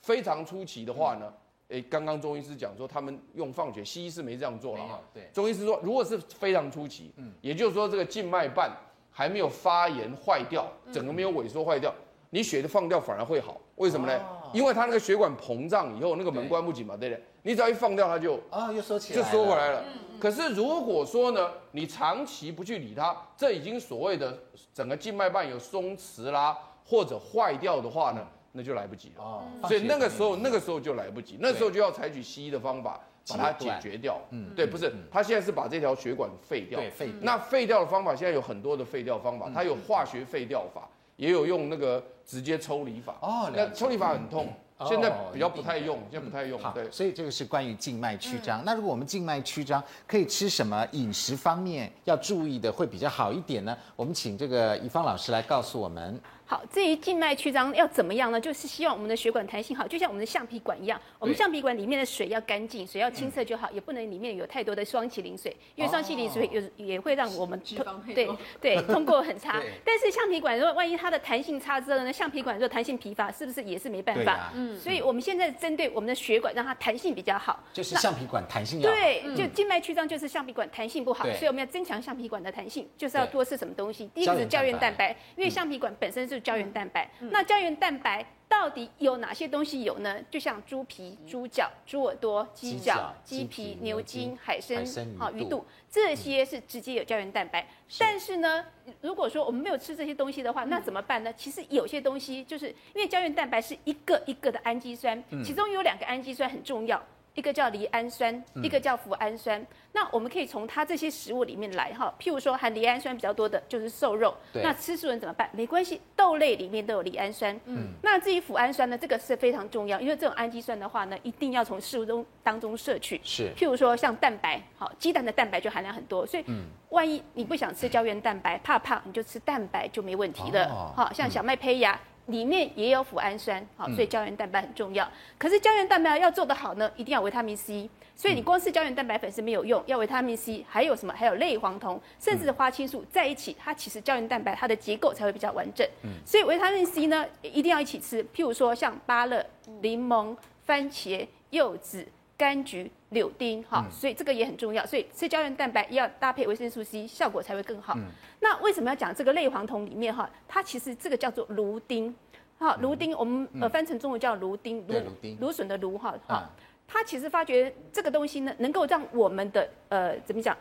[SPEAKER 7] 非常初期的话呢，诶，刚刚中医师讲说他们用放血，西医是没这样做了
[SPEAKER 2] 没
[SPEAKER 7] 哈
[SPEAKER 2] 有。对
[SPEAKER 7] 中医师说，如果是非常初期，嗯，也就是说这个静脉瓣还没有发炎坏掉，
[SPEAKER 2] 嗯
[SPEAKER 7] 整个没有萎缩坏掉，你血的放掉反而会好，为什么呢？因为它那个血管膨胀以后，那个门
[SPEAKER 2] 哦对
[SPEAKER 7] 关不紧嘛，对不对？你只要一放掉，它就
[SPEAKER 2] 啊，又收起来
[SPEAKER 7] 就
[SPEAKER 2] 了，嗯
[SPEAKER 7] 缩回来了。可是如果说呢，你长期不去理它，这已经所谓的整个静脉瓣有松弛啦，或者坏掉的话呢，那就来不及了。
[SPEAKER 2] 哦，
[SPEAKER 7] 所以那个时候，那
[SPEAKER 2] 个
[SPEAKER 7] 个时候就来不及，那时候就要采取西医的方法把它
[SPEAKER 2] 截
[SPEAKER 7] 解
[SPEAKER 2] 断
[SPEAKER 7] 决掉。嗯，对，不是，他现在是把这条血管废掉。
[SPEAKER 2] 对废掉嗯
[SPEAKER 7] 那废掉的方法现在有很多的废掉方法，它有化学废掉法，也有用那个直接抽离法。
[SPEAKER 2] 哦了解
[SPEAKER 7] 那抽离法很痛，
[SPEAKER 2] 哦
[SPEAKER 7] 现在比较不太用，现在不太用
[SPEAKER 2] 嗯好。
[SPEAKER 7] 对，嗯
[SPEAKER 2] 所以这个是关于静脉曲张。那如果我们静脉曲张可以吃什么饮食方面要注意的会比较好一点呢？我们请这个怡芳老师来告诉我们。
[SPEAKER 10] 好，至于静脉曲张要怎么样呢？就是希望我们的血管弹性好，就像我们的橡皮管一样，我们
[SPEAKER 11] 对
[SPEAKER 10] 橡皮管里面的水要干净，水要清澈就好，也不能里面有太多的双歧磷水，因为双歧磷水有、也会让我们
[SPEAKER 11] 哦脂
[SPEAKER 10] *laughs*
[SPEAKER 11] 肪太
[SPEAKER 10] 对
[SPEAKER 11] 多
[SPEAKER 10] 对通过很
[SPEAKER 11] *laughs*
[SPEAKER 10] 差
[SPEAKER 11] 对。
[SPEAKER 10] 但是橡皮管如果万一它的弹性差之后呢，橡皮管如果弹性疲乏，是不是也是没办
[SPEAKER 2] 对
[SPEAKER 10] 法
[SPEAKER 2] 呀？
[SPEAKER 10] 嗯，
[SPEAKER 2] 嗯
[SPEAKER 10] 所以我们现在针对我们的血管，让它弹性比较好，
[SPEAKER 2] 就是
[SPEAKER 10] 那
[SPEAKER 2] 橡皮管弹性要好
[SPEAKER 10] 对，
[SPEAKER 2] 嗯
[SPEAKER 10] 就静脉曲张就是橡皮管弹性不好，
[SPEAKER 2] 对
[SPEAKER 10] 所以我们要增强橡皮管的弹性，就是要
[SPEAKER 2] 对
[SPEAKER 10] 多吃什么东西。第一个是胶
[SPEAKER 11] 胶
[SPEAKER 10] 原
[SPEAKER 11] 原
[SPEAKER 10] 蛋
[SPEAKER 11] 蛋
[SPEAKER 10] 白，因为橡皮管本身是胶原蛋白。那胶原蛋白到底有哪些东西有呢？就像猪皮、猪脚、猪耳朵、鸡
[SPEAKER 11] 鸡脚
[SPEAKER 10] 脚、鸡
[SPEAKER 11] 鸡
[SPEAKER 10] 皮
[SPEAKER 11] 皮、
[SPEAKER 10] 牛
[SPEAKER 11] 牛
[SPEAKER 10] 筋
[SPEAKER 11] 筋、
[SPEAKER 10] 海参
[SPEAKER 11] 海参、
[SPEAKER 10] 好
[SPEAKER 11] 鱼
[SPEAKER 10] 鱼
[SPEAKER 11] 肚
[SPEAKER 10] 肚，这些是直接有胶原蛋白。但是呢，如果说我们没有吃这些东西的
[SPEAKER 11] 嗯
[SPEAKER 10] 话，那怎么办呢？其实有些东西就是因为胶原蛋白是一个一个的氨基酸，
[SPEAKER 11] 嗯
[SPEAKER 10] 其中有两个氨基酸很重要。一个叫离氨酸，
[SPEAKER 11] 嗯
[SPEAKER 10] 一个叫脯氨酸。那我们可以从它这些食物里面来哈，譬如说含离氨酸比较多的就是瘦肉，
[SPEAKER 11] 对
[SPEAKER 10] 那吃素人怎么办？没关系，豆类里面都有离氨酸。嗯
[SPEAKER 11] 嗯，
[SPEAKER 10] 那至于脯氨酸呢，这个是非常重要，因为这种氨基酸的话呢，一定要从食物中当中摄取。
[SPEAKER 11] 是
[SPEAKER 10] 譬如说像蛋白，好，鸡蛋的蛋白就含量很多，所以
[SPEAKER 11] 嗯
[SPEAKER 10] 万一你不想吃胶原蛋白，怕胖，你就吃蛋白就没问题了。
[SPEAKER 11] 哦
[SPEAKER 10] 好、像小麦胚芽。里面也有脯氨酸，好，
[SPEAKER 11] 嗯
[SPEAKER 10] 所以胶原蛋白很重要。可是胶原蛋白要做得好呢，一定要有维他命 C。所以
[SPEAKER 11] 嗯
[SPEAKER 10] 你光吃胶原蛋白粉是没有用，要维他命 C，还有什么？还有类黄酮，甚
[SPEAKER 11] 嗯
[SPEAKER 10] 至花青素在一起，它其实胶原蛋白它的结构才会比较完整。
[SPEAKER 11] 嗯
[SPEAKER 10] 所以维他命 C 呢，一定要一起吃。譬如说像芭乐、柠檬、番茄、柚子、柑橘、柳丁，哈、
[SPEAKER 11] 嗯
[SPEAKER 10] 所以这个也很重要。所以吃胶原蛋白要搭配维生素 C，效果才会更好。
[SPEAKER 11] 嗯
[SPEAKER 10] 那为什么要讲这个类黄酮里面哈？它其实这个叫做芦丁，哈，芦丁我们呃
[SPEAKER 11] 嗯
[SPEAKER 10] 翻成中文叫芦丁，
[SPEAKER 11] 对芦丁
[SPEAKER 10] 芦笋的芦哈，哈、
[SPEAKER 11] 啊
[SPEAKER 10] 它其实发觉这个东西呢，能够让我们的呃怎么讲，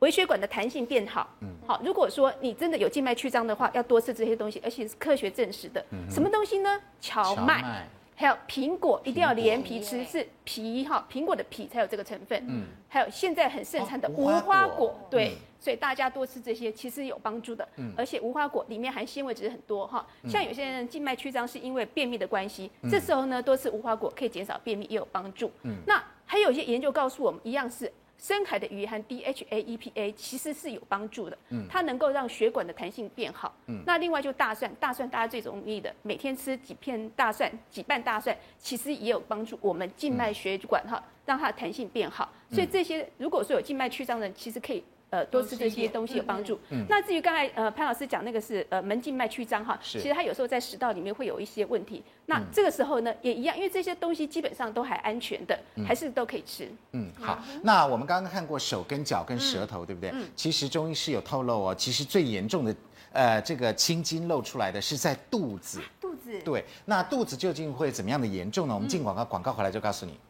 [SPEAKER 10] 微血管的弹性变好。嗯，好，如果说你真的有静脉曲张的话，要多吃这些东西，而且是科学证实的。
[SPEAKER 11] 嗯
[SPEAKER 10] 什么东西呢？荞麦。还有苹果一定要连皮吃，是皮哈，苹果的皮才有这个成分。嗯
[SPEAKER 11] 嗯，
[SPEAKER 10] 还有现在很盛产的
[SPEAKER 11] 哦无
[SPEAKER 10] 无花
[SPEAKER 11] 花
[SPEAKER 10] 果，
[SPEAKER 11] 果
[SPEAKER 10] 对
[SPEAKER 11] 嗯，
[SPEAKER 10] 所以大家多吃这些其实有帮助的。
[SPEAKER 11] 嗯
[SPEAKER 10] 而且无花果里面含纤维质很多哈，
[SPEAKER 11] 嗯
[SPEAKER 10] 像有些人静脉曲张是因为便秘的关系，
[SPEAKER 11] 嗯
[SPEAKER 10] 这时候呢多吃无花果可以减少便秘，也有帮助。
[SPEAKER 11] 嗯
[SPEAKER 10] 那还有一些研究告诉我们，一样是深海的鱼含 DHA、EPA E 其实是有帮助的，
[SPEAKER 11] 嗯
[SPEAKER 10] 它能够让血管的弹性变好。
[SPEAKER 11] 嗯
[SPEAKER 10] 那另外就大蒜，大蒜大家最容易的，每天吃几片大蒜、几瓣大蒜，其实也有帮助我们静脉血管哈，
[SPEAKER 11] 嗯
[SPEAKER 10] 让它的弹性变好。所以这些如果说有静脉曲张的人，其实可以。呃，多吃这些东西有帮助。
[SPEAKER 11] 嗯嗯嗯
[SPEAKER 10] 那至于刚才呃潘老师讲那个是呃门静脉曲张哈，其
[SPEAKER 11] 是
[SPEAKER 10] 实它有时候在食道里面会有一些问题。那
[SPEAKER 2] 嗯
[SPEAKER 10] 这个时候呢也一样，因为这些东西基本上都还安全的，
[SPEAKER 2] 嗯
[SPEAKER 10] 还是都可以吃。
[SPEAKER 2] 嗯，好。那我们刚刚看过手跟脚跟舌头，对不对？
[SPEAKER 10] 嗯
[SPEAKER 2] 其实中医师有透露哦，其实最严重的，呃，这个青筋露出来的是在肚子。
[SPEAKER 1] 啊肚子。嗯
[SPEAKER 2] 对，那肚子究竟会怎么样的严重呢？我们进广告，广告回来就告诉你。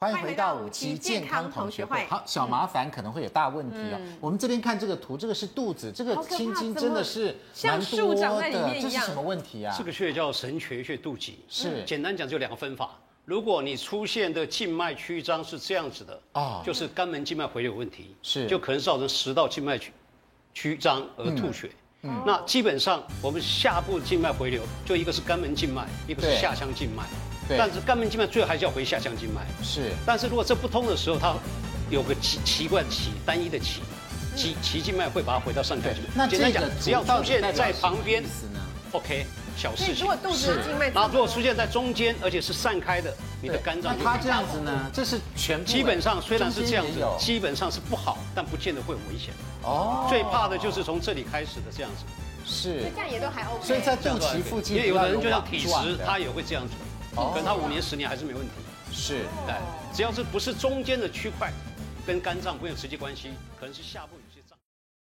[SPEAKER 2] 欢迎回到五期健康同学会。好，小麻烦可能会有大问题哦。
[SPEAKER 1] 嗯
[SPEAKER 2] 我们这边看这个图，这个是肚子，这个
[SPEAKER 1] 好可怕
[SPEAKER 2] 青筋
[SPEAKER 1] 怎么
[SPEAKER 2] 真的是
[SPEAKER 1] 像
[SPEAKER 2] 蛮
[SPEAKER 1] 树
[SPEAKER 2] 多
[SPEAKER 1] 长在里
[SPEAKER 2] 的
[SPEAKER 1] 面一
[SPEAKER 2] 这是
[SPEAKER 1] 样
[SPEAKER 2] 什么问题啊？
[SPEAKER 8] 这个穴叫神阙穴肚脐，
[SPEAKER 2] 是
[SPEAKER 8] 简单讲就两个分法。如果你出现的静脉曲张是这样子的，
[SPEAKER 2] 哦
[SPEAKER 8] 就是肝门静脉回流问题，
[SPEAKER 2] 是
[SPEAKER 8] 就可能造成食道静脉曲曲张而吐血。
[SPEAKER 2] 嗯嗯
[SPEAKER 8] 那基本上我们下部静脉回流，就一个是肝门静脉，一个是
[SPEAKER 2] 对
[SPEAKER 8] 下腔静脉。
[SPEAKER 2] 对
[SPEAKER 8] 但是肝门静脉最后还是要回下腔静脉。
[SPEAKER 2] 是
[SPEAKER 8] 但是如果这不通的时候，它有个奇奇怪的奇单一的奇，奇奇静脉会把它回到上腔静脉。
[SPEAKER 2] 嗯那
[SPEAKER 8] 简单
[SPEAKER 2] 这
[SPEAKER 8] 讲
[SPEAKER 2] 个，
[SPEAKER 8] 只要
[SPEAKER 2] 主到
[SPEAKER 8] 出
[SPEAKER 2] 底
[SPEAKER 8] 现
[SPEAKER 2] 代表
[SPEAKER 8] 在
[SPEAKER 2] 什
[SPEAKER 8] 旁
[SPEAKER 2] 么
[SPEAKER 8] 边
[SPEAKER 2] 意思呢
[SPEAKER 8] ，OK，小事
[SPEAKER 1] 所
[SPEAKER 8] 情。
[SPEAKER 1] 以如果肚子的静脉
[SPEAKER 8] 然后如果出现在中间，而且是散开的，你的肝脏
[SPEAKER 2] 那它这样子呢，这是全部
[SPEAKER 8] 基本上虽然是这样
[SPEAKER 2] 中间也
[SPEAKER 8] 子
[SPEAKER 2] 有，
[SPEAKER 8] 基本上是不好，但不见得会有危险。
[SPEAKER 2] 哦
[SPEAKER 8] 最怕的就是从这里开始的这样子。
[SPEAKER 2] 是
[SPEAKER 1] 这样也都还 OK。
[SPEAKER 2] 所以在肚脐附近
[SPEAKER 8] 因为有的人就像
[SPEAKER 2] 不要
[SPEAKER 8] 体
[SPEAKER 2] 有网状
[SPEAKER 8] 质，
[SPEAKER 2] 的
[SPEAKER 8] 他也会这样子，
[SPEAKER 2] 哦
[SPEAKER 8] 可能他五年十年还是没问题。
[SPEAKER 2] 是，
[SPEAKER 8] 对，只要是不是中间的区块，跟肝脏没有直接关系，可能是下部。